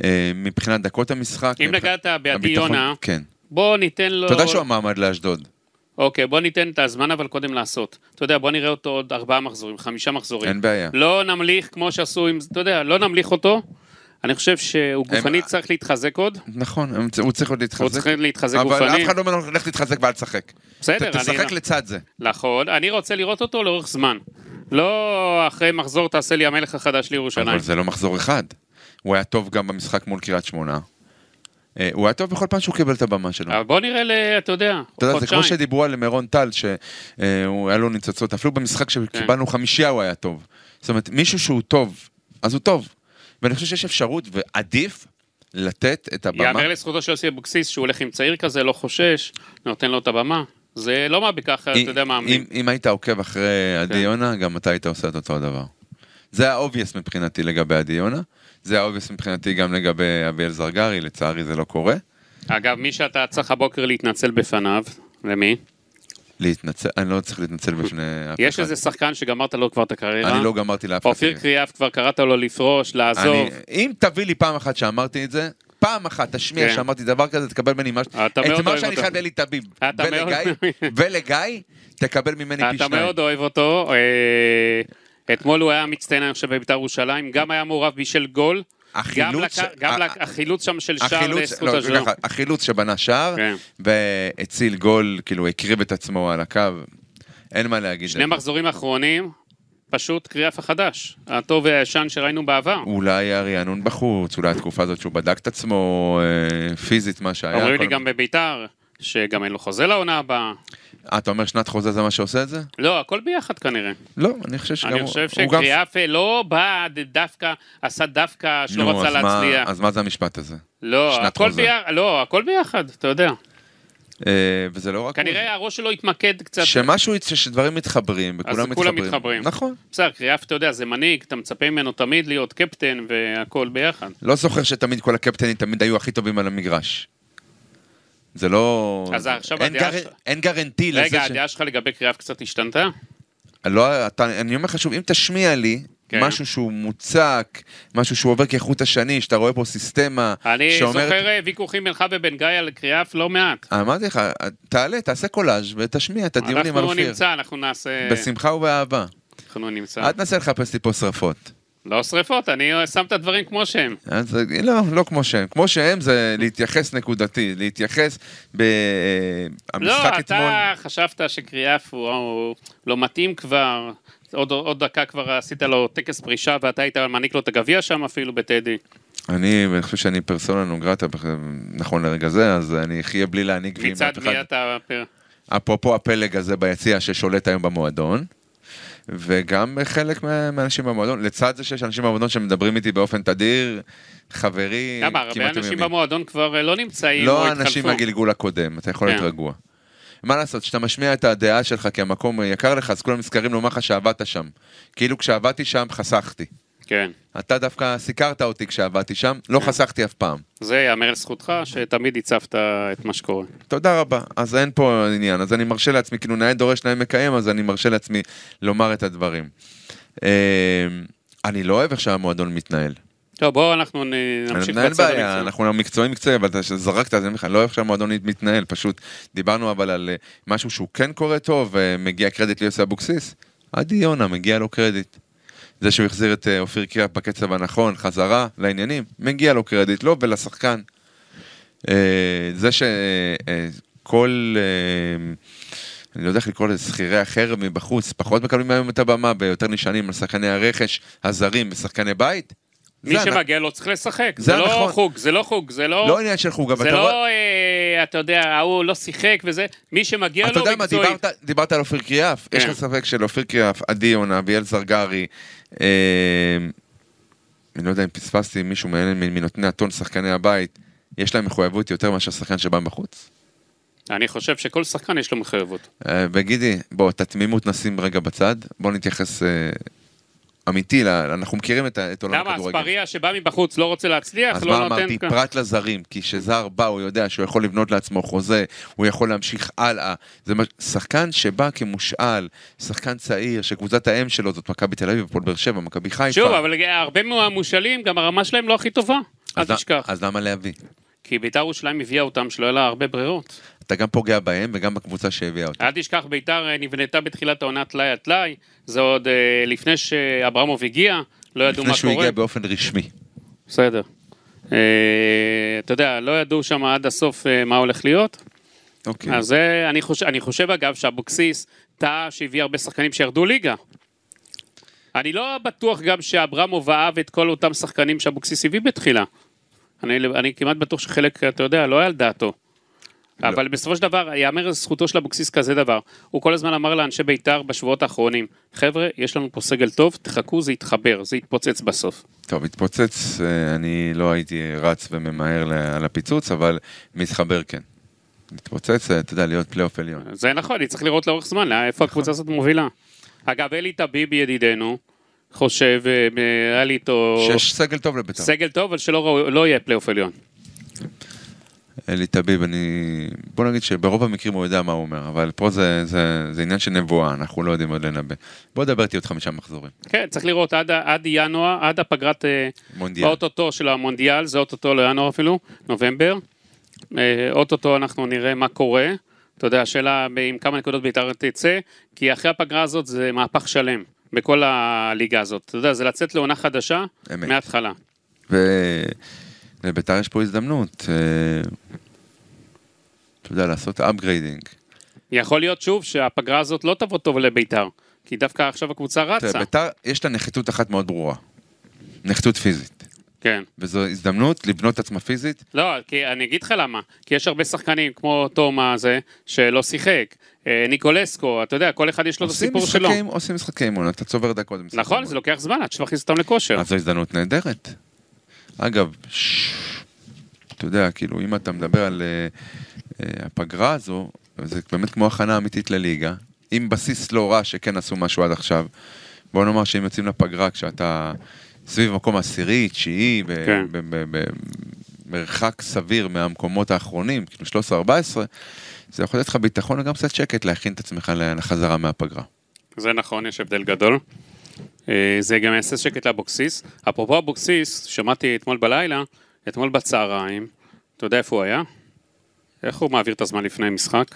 [SPEAKER 3] אה, מבחינת דקות המשחק.
[SPEAKER 2] אם
[SPEAKER 3] מבחינת
[SPEAKER 2] נגעת בעדי
[SPEAKER 3] הביטחון-
[SPEAKER 2] יונה, לא.
[SPEAKER 3] כן.
[SPEAKER 2] בוא ניתן לו...
[SPEAKER 3] אתה יודע שהוא המעמד לאשדוד.
[SPEAKER 2] אוקיי, בוא ניתן את הזמן, אבל קודם לעשות. אתה יודע, בוא נראה אותו עוד ארבעה מחזורים, חמישה מחזורים.
[SPEAKER 3] אין בעיה.
[SPEAKER 2] לא נמליך כמו שעשו עם... אתה יודע, לא נמליך אותו. אני חושב שהוא
[SPEAKER 3] הם-
[SPEAKER 2] גופנית צריך להתחזק עוד.
[SPEAKER 3] נכון, הם צ- הוא צריך עוד להתחזק.
[SPEAKER 2] הוא צריך להתחזק
[SPEAKER 3] אבל אף
[SPEAKER 2] גופנית.
[SPEAKER 3] אחד לא אומר לו, לך תתחזק ואל תשחק.
[SPEAKER 2] בסדר,
[SPEAKER 3] ת- תשחק
[SPEAKER 2] אני- לא-
[SPEAKER 3] לצד זה.
[SPEAKER 2] נכון, אני רוצה לראות אותו לאורך זמן. לא אחרי מחזור תעשה לי המלך החדש לירושלים.
[SPEAKER 3] אבל זה לא מחזור אחד. הוא היה טוב גם במשחק מול קריית שמונה. אה, הוא היה טוב בכל פעם שהוא קיבל את הבמה שלו.
[SPEAKER 2] אבל בוא נראה, ל, אתה יודע,
[SPEAKER 3] לא- אתה יודע, זה
[SPEAKER 2] חודשיים.
[SPEAKER 3] כמו שדיברו על מירון טל, שהוא היה לו ניצוצות, אפילו במשחק שקיבלנו
[SPEAKER 2] כן.
[SPEAKER 3] חמישייה הוא היה טוב. זאת אומרת, מישהו שהוא טוב, אז הוא טוב. ואני חושב שיש אפשרות, ועדיף, לתת את הבמה.
[SPEAKER 2] יאמר לזכותו של יוסי אבוקסיס שהוא הולך עם צעיר כזה, לא חושש, נותן לו את הבמה. זה לא מה בככה, אתה יודע, מאמנים.
[SPEAKER 3] אם- אם היית עוקב אחרי עדי
[SPEAKER 2] כן.
[SPEAKER 3] יונה, גם אתה היית עושה את אותו הדבר. זה ה-obvious מבחינתי לגבי עדי יונה, זה ה-obvious מבחינתי גם לגבי אביאל זרגרי, לצערי זה לא קורה.
[SPEAKER 2] אגב, מי שאתה צריך הבוקר להתנצל בפניו, למי?
[SPEAKER 3] להתנצל, אני לא צריך להתנצל בפני אף אחד.
[SPEAKER 2] יש איזה שחקן שגמרת לו כבר את הקריירה?
[SPEAKER 3] אני לא גמרתי לאף אחד.
[SPEAKER 2] אופיר קריאף, כבר קראת לו לפרוש, לעזוב.
[SPEAKER 3] אני- אם תביא לי פעם אחת שאמרתי את זה, פעם אחת תשמיע
[SPEAKER 2] כן.
[SPEAKER 3] שאמרתי דבר כזה, תקבל ממני מה ש-
[SPEAKER 2] אתה מאוד
[SPEAKER 3] את מה
[SPEAKER 2] אוהב
[SPEAKER 3] שאני
[SPEAKER 2] אותו.
[SPEAKER 3] חייב לאלי טביב.
[SPEAKER 2] אתה מאוד-
[SPEAKER 3] ולגיא, ולגיא, תקבל ממני פי
[SPEAKER 2] אתה
[SPEAKER 3] שניים.
[SPEAKER 2] מאוד אוהב אותו. אה, אתמול הוא היה מצטיין, אני חושב, בבית"ר ירושלים, גם היה מעורב בשל גול.
[SPEAKER 3] החילוץ-
[SPEAKER 2] גם לק- גם
[SPEAKER 3] ה-
[SPEAKER 2] לק- החילוץ שם של שער
[SPEAKER 3] החילוץ,
[SPEAKER 2] לזכות
[SPEAKER 3] לא,
[SPEAKER 2] הז'אן.
[SPEAKER 3] ככה, החילוץ שבנה שער,
[SPEAKER 2] כן.
[SPEAKER 3] והציל גול, כאילו הקריב את עצמו על הקו. אין מה להגיד.
[SPEAKER 2] שני
[SPEAKER 3] על זה.
[SPEAKER 2] מחזורים אחרונים, פשוט קריאף החדש. הטוב והישן שראינו בעבר.
[SPEAKER 3] אולי הרענון בחוץ, אולי התקופה הזאת שהוא בדק את עצמו אה, פיזית, מה שהיה.
[SPEAKER 2] אומרים לי
[SPEAKER 3] כל-
[SPEAKER 2] גם בבית"ר, שגם אין לו חוזה לעונה הבאה.
[SPEAKER 3] אה, אתה אומר שנת חוזה זה מה שעושה את זה?
[SPEAKER 2] לא, הכל ביחד כנראה.
[SPEAKER 3] לא, אני חושב שגם...
[SPEAKER 2] אני חושב
[SPEAKER 3] הוא גם-
[SPEAKER 2] שקריאף אה, לא בא ד- דווקא, עשה דווקא שלא
[SPEAKER 3] נו,
[SPEAKER 2] לא רצה
[SPEAKER 3] אז מה-
[SPEAKER 2] להצליח.
[SPEAKER 3] אז מה זה המשפט הזה?
[SPEAKER 2] לא,
[SPEAKER 3] שנת
[SPEAKER 2] הכל
[SPEAKER 3] חוזה.
[SPEAKER 2] ביחד, לא, הכל ביחד, אתה יודע.
[SPEAKER 3] אה, וזה לא רק...
[SPEAKER 2] כנראה הראש שלו התמקד קצת
[SPEAKER 3] הוא. שמשהו, שדברים מתחברים, וכולם מתחברים.
[SPEAKER 2] כולם מתחברים.
[SPEAKER 3] נכון.
[SPEAKER 2] בסדר, קריאף, אתה יודע, זה מנהיג, אתה מצפה ממנו תמיד להיות קפטן והכל ביחד.
[SPEAKER 3] לא זוכר שתמיד כל הקפטנים תמיד היו הכי טובים על המגרש. זה לא...
[SPEAKER 2] אז עכשיו
[SPEAKER 3] אין,
[SPEAKER 2] הדעה
[SPEAKER 3] גר...
[SPEAKER 2] שלך-
[SPEAKER 3] אין גרנטי לזה
[SPEAKER 2] רגע,
[SPEAKER 3] ש...
[SPEAKER 2] הדעה שלך לגבי קריאף קצת השתנתה?
[SPEAKER 3] לא, אתה, אני אומר לך שוב, אם תשמיע לי
[SPEAKER 2] כן.
[SPEAKER 3] משהו שהוא מוצק, משהו שהוא עובר כחוט השני, שאתה רואה פה סיסטמה
[SPEAKER 2] אני
[SPEAKER 3] שאומרת... אה,
[SPEAKER 2] זוכר אה, ויכוחים בינך ובין גיא על קריאף לא מעט.
[SPEAKER 3] אמרתי לך, תעלה, תעשה קולאז' ותשמיע את הדיונים על
[SPEAKER 2] אנחנו
[SPEAKER 3] אופיר.
[SPEAKER 2] נמצא, אנחנו נעשה...
[SPEAKER 3] בשמחה ובאהבה.
[SPEAKER 2] אנחנו נמצא.
[SPEAKER 3] אל תנסה לחפש לי פה שרפות.
[SPEAKER 2] לא שריפות, אני שם את הדברים כמו שהם.
[SPEAKER 3] אז לא, לא כמו שהם. כמו שהם זה להתייחס נקודתי, להתייחס ב... אה, המשחק
[SPEAKER 2] לא,
[SPEAKER 3] אתמול...
[SPEAKER 2] אתה חשבת שקריאף הוא- הוא לא מתאים כבר. עוד, עוד דקה כבר עשית לו טקס פרישה ואתה היית מעניק לו את הגביע שם אפילו בטדי.
[SPEAKER 3] אני, אני חושב שאני פרסונה נוגרטה בכ- נכון לרגע זה, אז אני אחיה בלי להנהיג ועם
[SPEAKER 2] מצד
[SPEAKER 3] אף אחד.
[SPEAKER 2] מי אתה...
[SPEAKER 3] אפרופו הפלג הזה ביציע ששולט היום במועדון, וגם חלק מה- מהאנשים במועדון, לצד זה שיש אנשים במועדון שמדברים איתי באופן תדיר, חברי,
[SPEAKER 2] למה, הרבה
[SPEAKER 3] כמעט
[SPEAKER 2] אנשים
[SPEAKER 3] יומיומי.
[SPEAKER 2] במועדון כבר אה, לא נמצאים או
[SPEAKER 3] לא
[SPEAKER 2] התחלפו.
[SPEAKER 3] האנשים מהגלגול הקודם, אתה יכול להיות
[SPEAKER 2] כן.
[SPEAKER 3] רגוע. מה לעשות, כשאתה משמיע את הדעה שלך כי המקום יקר לך, אז כולם נזכרים לומר לך שעבדת שם. כאילו כשעבדתי שם חסכתי.
[SPEAKER 2] כן.
[SPEAKER 3] אתה דווקא סיקרת אותי כשעבדתי שם, לא חסכתי אף פעם.
[SPEAKER 2] זה ייאמר לזכותך, שתמיד הצבת את מה שקורה.
[SPEAKER 3] תודה רבה. אז אין פה עניין, אז אני מרשה לעצמי, כאילו נאה דורש נאה מקיים, אז אני מרשה לעצמי לומר את הדברים. אה, אני לא אוהב איך שהמועדון מתנהל.
[SPEAKER 2] טוב, בואו אנחנו נ- נמשיך
[SPEAKER 3] אין
[SPEAKER 2] בצד
[SPEAKER 3] בעיה,
[SPEAKER 2] המקצועי.
[SPEAKER 3] אנחנו מקצועי מקצועי, אבל אתה זרקת, אז אני אומר לך, לא אוהב שהמועדון מתנהל, פשוט דיברנו אבל על אה, משהו שהוא כן קורה טוב, ומגיע קרדיט ליוסי אבוקסיס, עדי יונה, מגיע לו קרדיט. זה שהוא החזיר את אה, אופיר קריאף בקצב הנכון, חזרה לעניינים, מגיע לו קרדיט, לו ולשחקן. אה, זה אה, שכל, אה, אני לא יודע איך לקרוא לזה, שכירי החרב מבחוץ, פחות מקבלים היום את הבמה, ויותר נשענים על שחקני הרכש, הזרים ושחקני בית.
[SPEAKER 2] מי
[SPEAKER 3] זה אנחנו-
[SPEAKER 2] שמגיע לו צריך לשחק.
[SPEAKER 3] זה
[SPEAKER 2] זה לא
[SPEAKER 3] הנכון.
[SPEAKER 2] חוג, זה לא חוג, זה לא...
[SPEAKER 3] לא עניין של חוג, אבל
[SPEAKER 2] זה
[SPEAKER 3] אתה רואה-
[SPEAKER 2] לא, אה, אתה יודע, ההוא לא שיחק וזה, מי שמגיע לו
[SPEAKER 3] אתה
[SPEAKER 2] לא מקצועי.
[SPEAKER 3] יודע מה, דיברת, דיברת על אופיר קריאף, יש לך
[SPEAKER 2] כן.
[SPEAKER 3] ספק שלאופיר קריאף, עדי יונה, אביאל זרגרי, אה, אני לא יודע אם פספסתי מישהו מאלה מ- מנותני הטון, שחקני הבית, יש להם מחויבות יותר מאשר שחקן שבא מבחוץ?
[SPEAKER 2] אני חושב שכל שחקן יש לו מחויבות.
[SPEAKER 3] אה, וגידי, בוא, את התמימות נשים רגע בצד, בוא נתייחס אה, אמיתי, ל- אנחנו מכירים את, ה- את עולם
[SPEAKER 2] למה
[SPEAKER 3] הכדורגל.
[SPEAKER 2] אספריה שבא מבחוץ לא רוצה להצליח,
[SPEAKER 3] לא, אז
[SPEAKER 2] לא
[SPEAKER 3] מה
[SPEAKER 2] נותן...
[SPEAKER 3] אמרתי? פרט לזרים, כי כשזר בא הוא יודע שהוא יכול לבנות לעצמו חוזה, הוא יכול להמשיך הלאה. זה מה... שחקן שבא כמושאל, שחקן צעיר, שקבוצת האם שלו זאת מכבי תל אביב, הפועל באר שבע, מכבי חיפה.
[SPEAKER 2] שוב, אבל הרבה מהמושאלים, גם הרמה שלהם לא הכי טובה. אל
[SPEAKER 3] אז, למה-
[SPEAKER 2] תשכח.
[SPEAKER 3] אז למה להביא?
[SPEAKER 2] כי ביתר ירושלים הביאה אותם שלא היה לה הרבה ברירות.
[SPEAKER 3] אתה גם פוגע בהם וגם בקבוצה שהביאה אותה.
[SPEAKER 2] אל תשכח, ביתר אה, נבנתה בתחילת העונה טלאי על טלאי, זה עוד אה, לפני שאברמוב הגיע, לא ידעו
[SPEAKER 3] לפני
[SPEAKER 2] מה
[SPEAKER 3] שהוא
[SPEAKER 2] קורה.
[SPEAKER 3] הגיע באופן רשמי.
[SPEAKER 2] בסדר. אה, אתה יודע, לא ידעו שם עד הסוף אה, מה הולך להיות.
[SPEAKER 3] אוקיי.
[SPEAKER 2] אז זה, אני חושב, אני חושב אגב שאבוקסיס, טעה שהביא הרבה שחקנים שירדו ליגה. אני לא בטוח גם שאברמוב אהב את כל אותם שחקנים שאבוקסיס הביא בתחילה. אני, אני כמעט בטוח שחלק, אתה יודע, לא היה על דעתו.
[SPEAKER 3] לא.
[SPEAKER 2] אבל בסופו של דבר, ייאמר לזכותו של אבוקסיס כזה דבר. הוא כל הזמן אמר לאנשי בית"ר בשבועות האחרונים, חבר'ה, יש לנו פה סגל טוב, תחכו, זה יתחבר, זה יתפוצץ בסוף.
[SPEAKER 3] טוב, התפוצץ, אה, אני לא הייתי רץ וממהר ל- על הפיצוץ, אבל מתחבר כן. מתפוצץ, אה, אתה יודע, להיות פלייאוף עליון.
[SPEAKER 2] זה נכון, נצטרך לראות לאורך זמן לא, איפה הקבוצה הזאת מובילה. אגב, אלי טביב ידידנו, חושב, אה, אה, היה לי איתו
[SPEAKER 3] שיש סגל טוב לבית"ר.
[SPEAKER 2] סגל טוב, אבל שלא ראו- לא יהיה פלייאוף עליון.
[SPEAKER 3] אלי טביב, אני... בוא נגיד שברוב המקרים הוא יודע מה הוא אומר, אבל פה זה, זה, זה עניין של נבואה, אנחנו לא יודעים עוד לנבא. בוא דבר איתי עוד חמישה מחזורים.
[SPEAKER 2] כן, צריך לראות עד, ה- עד ינואר, עד הפגרת... אה,
[SPEAKER 3] מונדיאל.
[SPEAKER 2] האוטוטו של המונדיאל, זה אוטוטו לינואר אפילו, נובמבר. אה, אוטוטו אנחנו נראה מה קורה. אתה יודע, השאלה ב- עם כמה נקודות בית"ר תצא, כי אחרי הפגרה הזאת זה מהפך שלם בכל הליגה הזאת. אתה יודע, זה לצאת לעונה חדשה
[SPEAKER 3] אמת.
[SPEAKER 2] מההתחלה.
[SPEAKER 3] ולביתר יש פה הזדמנות, אה, אתה יודע, לעשות upgrading.
[SPEAKER 2] יכול להיות שוב שהפגרה הזאת לא תבוא טוב לביתר, כי דווקא עכשיו הקבוצה רצה.
[SPEAKER 3] תראה, ביתר, יש לה נחיתות אחת מאוד ברורה. נחיתות פיזית.
[SPEAKER 2] כן.
[SPEAKER 3] וזו הזדמנות לבנות את עצמה פיזית.
[SPEAKER 2] לא, כי אני אגיד לך למה. כי יש הרבה שחקנים כמו תומה הזה, שלא שיחק. אה, ניקולסקו, אתה יודע, כל אחד יש לו את
[SPEAKER 3] עושים
[SPEAKER 2] הסיפור שלו.
[SPEAKER 3] משחקים, עושים משחקי אימון, אתה צובר דקות. במשחק
[SPEAKER 2] נכון,
[SPEAKER 3] אימון.
[SPEAKER 2] זה לוקח זמן עד שתכניס אותם לכושר.
[SPEAKER 3] אז זו הזדמנות נהדרת. אגב, ש... אתה יודע, כאילו, אם אתה מדבר על uh, uh, הפגרה הזו, זה באמת כמו הכנה אמיתית לליגה, עם בסיס לא רע שכן עשו משהו עד עכשיו. בוא נאמר שאם יוצאים לפגרה כשאתה סביב מקום עשירי, תשיעי, ב-
[SPEAKER 2] כן.
[SPEAKER 3] ב- ב- ב- מרחק סביר מהמקומות האחרונים, כאילו 13-14, זה יכול לתת לך ביטחון וגם קצת שקט להכין את עצמך לחזרה מהפגרה.
[SPEAKER 2] זה נכון, יש הבדל גדול. אה, זה גם יעשה שקט לאבוקסיס. אפרופו אבוקסיס, שמעתי אתמול בלילה, אתמול בצהריים, אתה יודע איפה הוא היה? איך הוא מעביר את הזמן לפני משחק?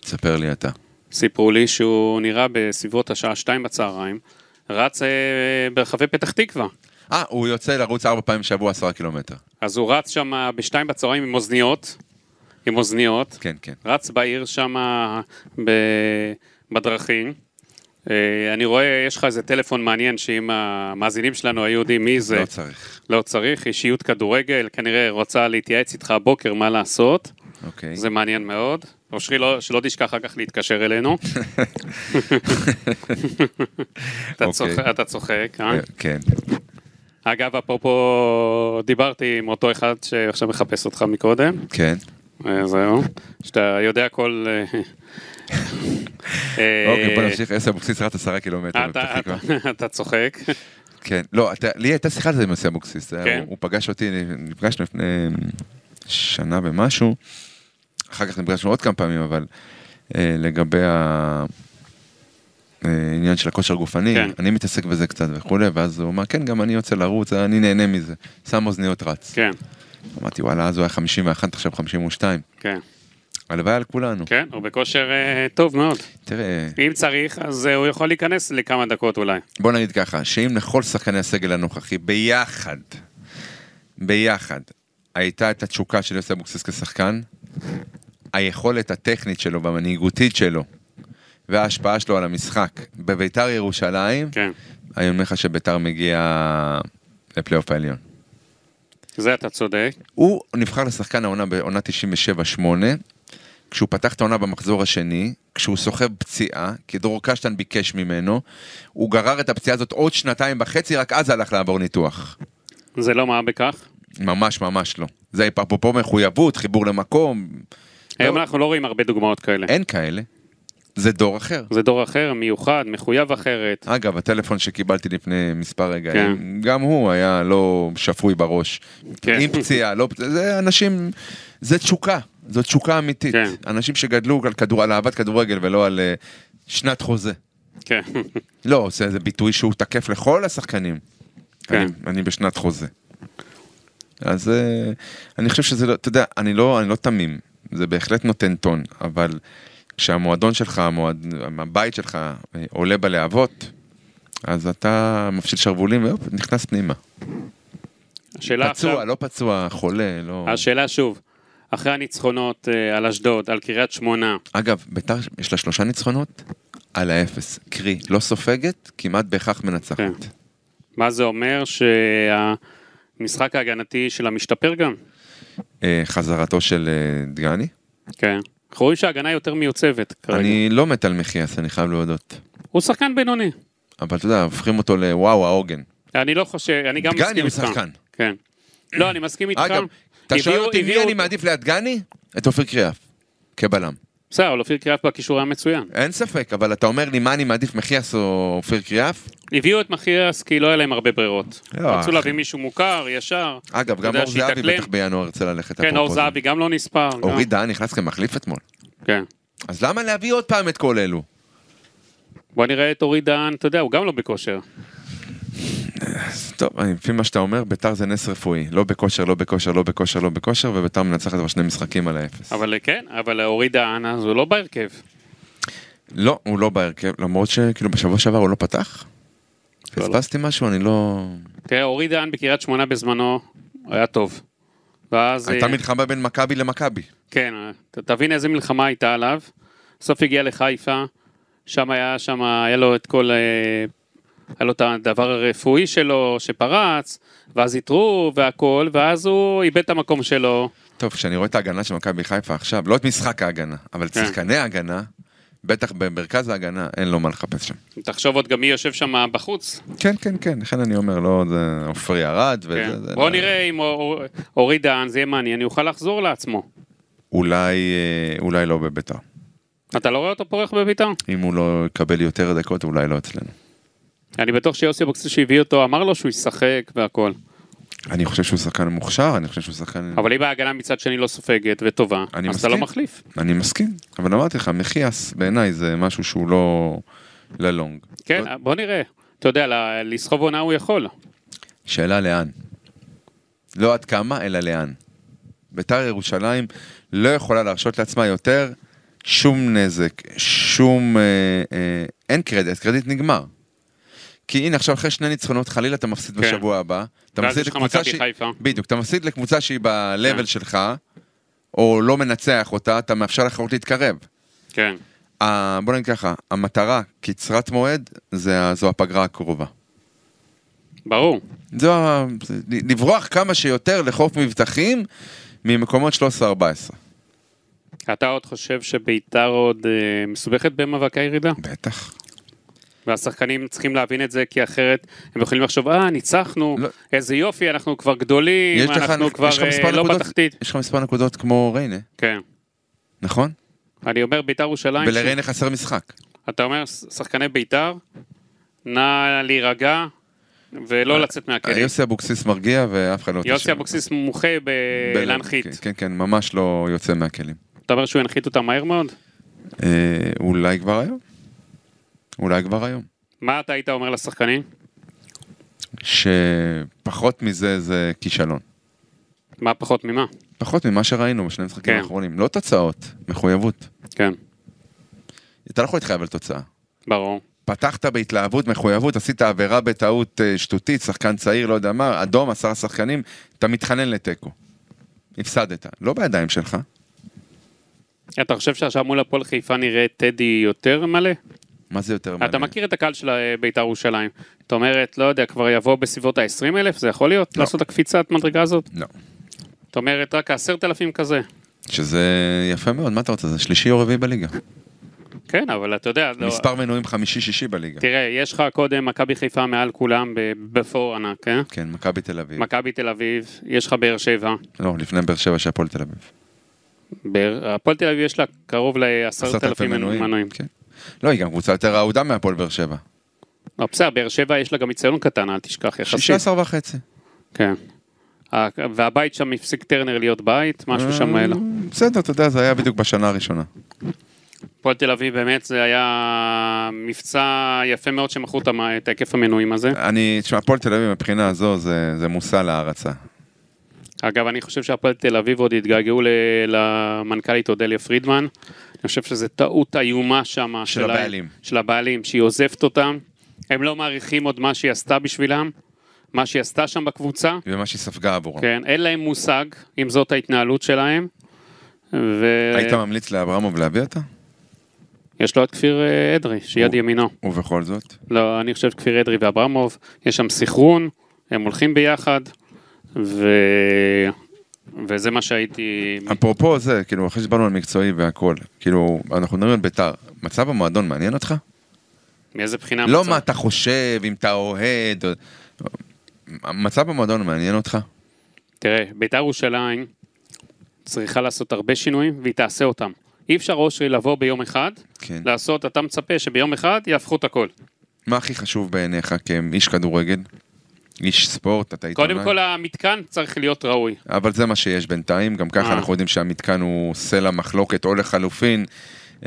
[SPEAKER 3] תספר לי אתה.
[SPEAKER 2] סיפרו לי שהוא נראה בסביבות השעה שתיים בצהריים, רץ אה, ברחבי פתח תקווה.
[SPEAKER 3] אה, הוא יוצא לרוץ ארבע פעמים בשבוע עשרה קילומטר.
[SPEAKER 2] אז הוא רץ שם בשתיים בצהריים עם אוזניות, עם אוזניות,
[SPEAKER 3] כן, כן.
[SPEAKER 2] רץ בעיר שם ב... בדרכים. אה, אני רואה, יש לך איזה טלפון מעניין שאם המאזינים שלנו היו יודעים מי זה,
[SPEAKER 3] לא צריך.
[SPEAKER 2] לא צריך, אישיות כדורגל, כנראה רוצה להתייעץ איתך הבוקר מה לעשות,
[SPEAKER 3] אוקיי.
[SPEAKER 2] זה מעניין מאוד. אושרי, לא, שלא תשכח אחר כך להתקשר אלינו. אתה,
[SPEAKER 3] אוקיי.
[SPEAKER 2] צוחק, אתה צוחק, אה?
[SPEAKER 3] אה, כן.
[SPEAKER 2] אגב, אפרופו, דיברתי עם אותו אחד שעכשיו מחפש אותך מקודם.
[SPEAKER 3] כן.
[SPEAKER 2] אה, זהו, שאתה יודע כל... אה, אה,
[SPEAKER 3] אוקיי, בוא נמשיך. עשר אבוקסיס רץ עשרה קילומטר בפתח
[SPEAKER 2] אתה-
[SPEAKER 3] תקווה.
[SPEAKER 2] אתה- אתה צוחק,
[SPEAKER 3] כן. לא, אתה- לי הייתה שיחה על זה עם יוסי אבוקסיס. זה היה-
[SPEAKER 2] כן.
[SPEAKER 3] הוא- הוא פגש אותי, נפגשנו לפני אה, שנה ומשהו. אחר כך נפגשנו עוד כמה פעמים, אבל אה, לגבי ה- אה, העניין של הכושר גופני,
[SPEAKER 2] כן.
[SPEAKER 3] אני מתעסק בזה קצת וכולי, ואז הוא אמר, כן, גם אני יוצא לרוץ, אני נהנה מזה. שם אוזניות רץ.
[SPEAKER 2] כן,
[SPEAKER 3] אמרתי, וואלה, אז הוא היה 51, עכשיו 52.
[SPEAKER 2] כן,
[SPEAKER 3] הלוואי על כולנו.
[SPEAKER 2] כן, הוא בכושר אה, טוב מאוד.
[SPEAKER 3] תראה,
[SPEAKER 2] אם צריך, אז אה, הוא יכול להיכנס לכמה דקות אולי.
[SPEAKER 3] בוא נגיד ככה, שאם לכל שחקני הסגל הנוכחי ביחד, ביחד, הייתה את התשוקה של יוסי אבוקסיס כשחקן, היכולת הטכנית שלו והמנהיגותית שלו, וההשפעה שלו על המשחק בביתר ירושלים,
[SPEAKER 2] כן,
[SPEAKER 3] אני אומר לך שביתר מגיע לפלייאוף העליון.
[SPEAKER 2] זה אתה צודק.
[SPEAKER 3] הוא נבחר לשחקן העונה בעונה 97-8, כשהוא פתח את העונה במחזור השני, כשהוא סוחב פציעה, כי דרור קשטן ביקש ממנו, הוא גרר את הפציעה הזאת עוד שנתיים וחצי, רק אז הלך לעבור ניתוח.
[SPEAKER 2] זה לא מה בכך.
[SPEAKER 3] ממש ממש לא. זה אפרופו מחויבות, חיבור למקום,
[SPEAKER 2] היום
[SPEAKER 3] לא.
[SPEAKER 2] אנחנו לא רואים הרבה דוגמאות כאלה.
[SPEAKER 3] אין כאלה. זה דור אחר.
[SPEAKER 2] זה דור אחר, מיוחד, מחויב אחרת.
[SPEAKER 3] אגב, הטלפון שקיבלתי לפני מספר רגעים,
[SPEAKER 2] כן.
[SPEAKER 3] גם הוא היה לא שפוי בראש.
[SPEAKER 2] כן.
[SPEAKER 3] עם פציעה, לא פציעה, זה אנשים, זה תשוקה, זו תשוקה אמיתית.
[SPEAKER 2] כן.
[SPEAKER 3] אנשים שגדלו על, כדור, על אהבת כדורגל ולא על אה, שנת חוזה.
[SPEAKER 2] כן,
[SPEAKER 3] לא, זה, זה ביטוי שהוא תקף לכל השחקנים.
[SPEAKER 2] כן.
[SPEAKER 3] אני, אני בשנת חוזה. אז אה, אני חושב שזה לא, אתה יודע, אני לא, אני לא תמים, זה בהחלט נותן טון, אבל כשהמועדון שלך, המועד, הבית שלך אה, עולה בלהבות, אז אתה מפשיל שרוולים והופ, נכנס פנימה.
[SPEAKER 2] השאלה
[SPEAKER 3] פצוע,
[SPEAKER 2] עכשיו,
[SPEAKER 3] לא פצוע, חולה, לא...
[SPEAKER 2] השאלה שוב, אחרי הניצחונות אה, על אשדוד, על קריית שמונה,
[SPEAKER 3] אגב, ביתר יש לה שלושה ניצחונות על האפס, קרי, לא סופגת, כמעט בהכרח מנצחת.
[SPEAKER 2] כן. מה זה אומר שהמשחק ההגנתי שלה משתפר גם?
[SPEAKER 3] אה, חזרתו של אה, דגני.
[SPEAKER 2] כן. אנחנו רואים שההגנה היא יותר מיוצבת כרגע.
[SPEAKER 3] אני לא מת על מחיאס, אני חייב להודות.
[SPEAKER 2] הוא שחקן בינוני.
[SPEAKER 3] אבל אתה יודע, הופכים אותו לוואו העוגן.
[SPEAKER 2] אני לא חושב, אני גם
[SPEAKER 3] דגני
[SPEAKER 2] מסכים
[SPEAKER 3] הוא
[SPEAKER 2] איתך.
[SPEAKER 3] שחקן.
[SPEAKER 2] כן. לא, אני מסכים איתך.
[SPEAKER 3] אגב, אתה שואל
[SPEAKER 2] הביאו-
[SPEAKER 3] אותי מי
[SPEAKER 2] הביאו-
[SPEAKER 3] אני מעדיף ליד דגני? את אופיר קריאף, כבלם.
[SPEAKER 2] בסדר, אבל אופיר קריאף בקישור היה מצוין.
[SPEAKER 3] אין ספק, אבל אתה אומר לי מה אני מעדיף, מחיאס או אופיר קריאף?
[SPEAKER 2] הביאו את מחיאס כי לא היה להם הרבה ברירות.
[SPEAKER 3] לא, אחי.
[SPEAKER 2] רצו להביא מישהו מוכר, ישר.
[SPEAKER 3] אגב,
[SPEAKER 2] אתה
[SPEAKER 3] גם
[SPEAKER 2] יודע,
[SPEAKER 3] אור זהבי
[SPEAKER 2] שיתאקלם.
[SPEAKER 3] בטח בינואר ירצה ללכת.
[SPEAKER 2] כן,
[SPEAKER 3] אפרופו
[SPEAKER 2] אור
[SPEAKER 3] זה.
[SPEAKER 2] זהבי גם לא נספר. גם-
[SPEAKER 3] אורי דהן נכנס כמחליף אתמול.
[SPEAKER 2] כן.
[SPEAKER 3] אז למה להביא עוד פעם את כל אלו?
[SPEAKER 2] בוא נראה את אורי דהן, אתה יודע, הוא גם לא בכושר.
[SPEAKER 3] אז טוב, אני- לפי מה שאתה אומר, ביתר זה נס רפואי. לא בכושר, לא בכושר, לא בכושר, לא בכושר, וביתר מנצחת כבר שני משחקים על האפס.
[SPEAKER 2] אבל כן, אבל אורי דהן, אז הוא לא בהרכב.
[SPEAKER 3] לא, הוא לא בהרכב, למרות שכאילו בשבוע שעבר הוא לא פתח.
[SPEAKER 2] לא, לא.
[SPEAKER 3] פספסתי משהו, אני לא...
[SPEAKER 2] תראה, כן, אורי דהן בקריית שמונה בזמנו היה טוב. ואז...
[SPEAKER 3] הייתה
[SPEAKER 2] אה,
[SPEAKER 3] מלחמה בין מכבי למכבי.
[SPEAKER 2] כן, ת- תבין איזה מלחמה הייתה עליו. בסוף הגיע לחיפה, שם היה, שם היה לו את כל... אה, היה לו את הדבר הרפואי שלו שפרץ, ואז איתרו והכל, ואז הוא איבד את המקום שלו.
[SPEAKER 3] טוב, כשאני רואה את ההגנה של מכבי חיפה עכשיו, לא את משחק ההגנה, אבל את
[SPEAKER 2] כן.
[SPEAKER 3] שחקני ההגנה, בטח במרכז ההגנה, אין לו מה לחפש שם.
[SPEAKER 2] תחשוב עוד גם מי יושב שם בחוץ.
[SPEAKER 3] כן, כן, כן, לכן אני אומר, לא, זה עופרי ארד,
[SPEAKER 2] כן.
[SPEAKER 3] וזה... זה
[SPEAKER 2] בואו
[SPEAKER 3] לא-
[SPEAKER 2] נראה אם אור- אור- אורי דהן, זה יהיה מעניין, הוא יוכל לחזור לעצמו.
[SPEAKER 3] אולי, אה, אולי לא בביתר.
[SPEAKER 2] אתה לא רואה אותו פורח בביתר?
[SPEAKER 3] אם הוא לא יקבל יותר דקות, אולי לא אצלנו.
[SPEAKER 2] אני בטוח שיוסי אבוקסיס שהביא אותו אמר לו שהוא ישחק והכל.
[SPEAKER 3] אני חושב שהוא שחקן מוכשר, אני חושב שהוא שחקן...
[SPEAKER 2] אבל אם ההגנה מצד שני לא סופגת וטובה,
[SPEAKER 3] אני
[SPEAKER 2] אז אתה לא
[SPEAKER 3] מסכים.
[SPEAKER 2] מחליף.
[SPEAKER 3] אני מסכים, אבל אמרתי לך, מחיאס בעיניי זה משהו שהוא לא ללונג.
[SPEAKER 2] כן,
[SPEAKER 3] לא-
[SPEAKER 2] בוא נראה. אתה יודע, ל- לסחוב עונה הוא יכול.
[SPEAKER 3] שאלה לאן. לא עד כמה, אלא לאן. ביתר ירושלים לא יכולה להרשות לעצמה יותר שום נזק, שום... אה, אה, אין קרדיט, קרדיט נגמר. כי הנה עכשיו אחרי שני ניצחונות חלילה אתה מפסיד
[SPEAKER 2] כן.
[SPEAKER 3] בשבוע הבא. אתה
[SPEAKER 2] ואז
[SPEAKER 3] מפסיד
[SPEAKER 2] יש לך
[SPEAKER 3] לקבוצה
[SPEAKER 2] מכבי
[SPEAKER 3] שהיא-
[SPEAKER 2] חיפה.
[SPEAKER 3] בדיוק, אתה מפסיד לקבוצה שהיא ב-level
[SPEAKER 2] כן.
[SPEAKER 3] שלך, או לא מנצח אותה, אתה מאפשר לחברות להתקרב.
[SPEAKER 2] כן.
[SPEAKER 3] ה- בוא נגיד ככה, המטרה קצרת מועד, זה, ה- זו הפגרה הקרובה.
[SPEAKER 2] ברור.
[SPEAKER 3] זו, ה- זה- לברוח כמה שיותר לחוף מבטחים ממקומות 13-14.
[SPEAKER 2] אתה עוד חושב שביתר עוד אה, מסובכת במאבקי הירידה?
[SPEAKER 3] בטח.
[SPEAKER 2] והשחקנים צריכים להבין את זה, כי אחרת הם יכולים לחשוב, אה, ניצחנו,
[SPEAKER 3] לא.
[SPEAKER 2] איזה יופי, אנחנו כבר גדולים, אנחנו כבר
[SPEAKER 3] יש לך
[SPEAKER 2] אה,
[SPEAKER 3] מספר
[SPEAKER 2] לא
[SPEAKER 3] נקודות,
[SPEAKER 2] בתחתית.
[SPEAKER 3] יש לך מספר נקודות כמו ריינה,
[SPEAKER 2] כן.
[SPEAKER 3] נכון?
[SPEAKER 2] אני אומר ביתר ירושלים, ש-
[SPEAKER 3] ולריינה חסר משחק.
[SPEAKER 2] אתה אומר, ש- שחקני ביתר, נא להירגע ולא לצאת מהכלא.
[SPEAKER 3] אה, יוסי אבוקסיס מרגיע ואף אחד לא...
[SPEAKER 2] כן. יוסי
[SPEAKER 3] תשאיר.
[SPEAKER 2] אבוקסיס אה, מומחה
[SPEAKER 3] ב-
[SPEAKER 2] בלהנחית.
[SPEAKER 3] כן, כן, כן, ממש לא יוצא מהכלים.
[SPEAKER 2] אתה אומר שהוא ינחית אותם מהר מאוד?
[SPEAKER 3] אה, אולי כבר היום? אולי כבר היום.
[SPEAKER 2] מה אתה היית אומר לשחקנים?
[SPEAKER 3] שפחות מזה זה כישלון.
[SPEAKER 2] מה פחות ממה?
[SPEAKER 3] פחות ממה שראינו בשני המשחקים
[SPEAKER 2] כן.
[SPEAKER 3] האחרונים. לא תוצאות, מחויבות.
[SPEAKER 2] כן,
[SPEAKER 3] אתה לא יכול להתחייב על תוצאה.
[SPEAKER 2] ברור.
[SPEAKER 3] פתחת בהתלהבות, מחויבות, עשית עבירה בטעות אה, שטותית, שחקן צעיר, לא יודע מה, אדום, עשרה שחקנים, אתה מתחנן לתיקו. הפסדת, לא בידיים שלך.
[SPEAKER 2] אתה חושב שעכשיו מול הפועל חיפה נראה טדי יותר מלא?
[SPEAKER 3] מה זה יותר
[SPEAKER 2] אתה
[SPEAKER 3] מעניין?
[SPEAKER 2] מכיר את הקהל של אה, בית"ר ירושלים. זאת אומרת, לא יודע, כבר יבוא בסביבות ה-20 אלף, זה יכול להיות?
[SPEAKER 3] לא.
[SPEAKER 2] לעשות את הקפיצת מדרגה הזאת?
[SPEAKER 3] לא.
[SPEAKER 2] זאת אומרת, רק ה-10,000 כזה.
[SPEAKER 3] שזה יפה מאוד, מה אתה רוצה? זה שלישי או רביעי בליגה.
[SPEAKER 2] כן, אבל אתה יודע, לא- כן.
[SPEAKER 3] מספר מנויים חמישי-שישי בליגה.
[SPEAKER 2] תראה, יש לך קודם מכבי חיפה מעל כולם ב- בפור ענק, אה?
[SPEAKER 3] כן, מכבי תל אביב.
[SPEAKER 2] מכבי תל אביב, יש לך באר שבע.
[SPEAKER 3] לא, לפני באר שבע שהפועל תל אביב.
[SPEAKER 2] באר- הפועל תל אביב יש לה קרוב
[SPEAKER 3] עשרת
[SPEAKER 2] ל-10,000
[SPEAKER 3] אלפים
[SPEAKER 2] מנויים.
[SPEAKER 3] כן. לא, היא גם קבוצה יותר אהודה מהפועל באר שבע.
[SPEAKER 2] לא, בסדר, באר שבע יש לה גם יציון קטן, אל תשכח, יחסית.
[SPEAKER 3] 16 וחצי.
[SPEAKER 2] כן. ה- והבית שם הפסיק טרנר להיות בית, משהו שם אה, לא.
[SPEAKER 3] אה.
[SPEAKER 2] היה לה.
[SPEAKER 3] בסדר, אתה יודע, זה היה בדיוק בשנה הראשונה.
[SPEAKER 2] הפועל תל אביב באמת זה היה מבצע יפה מאוד שמכרו את המ- את היקף המנויים הזה.
[SPEAKER 3] אני, תשמע, הפועל תל אביב מבחינה הזו זה זה מושא להערצה.
[SPEAKER 2] אגב, אני חושב שהפועל תל אביב עוד יתגעגעו ל- למנכ"לית אודליה פרידמן. אני חושב שזו טעות איומה שם.
[SPEAKER 3] של
[SPEAKER 2] ה-
[SPEAKER 3] הבעלים.
[SPEAKER 2] של הבעלים, שהיא עוזבת אותם. הם לא מעריכים עוד מה שהיא עשתה בשבילם, מה שהיא עשתה שם בקבוצה.
[SPEAKER 3] ומה שהיא ספגה עבורם.
[SPEAKER 2] כן, אין להם מושג אם זאת ההתנהלות שלהם. ו-
[SPEAKER 3] היית ממליץ לאברמוב להביא אותה?
[SPEAKER 2] יש לו את כפיר אה, אדרי, שיד
[SPEAKER 3] הוא-
[SPEAKER 2] ימינו.
[SPEAKER 3] ובכל זאת?
[SPEAKER 2] לא, אני חושב כפיר אדרי ואברמוב, יש שם סינכרון, הם הולכים ביחד, ו... וזה מה שהייתי...
[SPEAKER 3] אפרופו זה, כאילו, אחרי שדיברנו על מקצועי והכל, כאילו, אנחנו מדברים על ביתר, מצב המועדון מעניין אותך?
[SPEAKER 2] מאיזה בחינה?
[SPEAKER 3] לא
[SPEAKER 2] המצב?
[SPEAKER 3] מה אתה חושב, אם אתה אוהד, או- מצב המועדון מעניין אותך?
[SPEAKER 2] תראה, בית"ר ירושלים צריכה לעשות הרבה שינויים, והיא תעשה אותם. אי אפשר אושרי לבוא ביום אחד,
[SPEAKER 3] כן.
[SPEAKER 2] לעשות, אתה מצפה שביום אחד יהפכו את הכל.
[SPEAKER 3] מה הכי חשוב בעיניך כאיש כדורגל? איש ספורט, אתה עיתונאי?
[SPEAKER 2] קודם כל המתקן צריך להיות ראוי.
[SPEAKER 3] אבל זה מה שיש בינתיים, גם ככה
[SPEAKER 2] אה.
[SPEAKER 3] אנחנו יודעים שהמתקן הוא סלע מחלוקת, או לחלופין.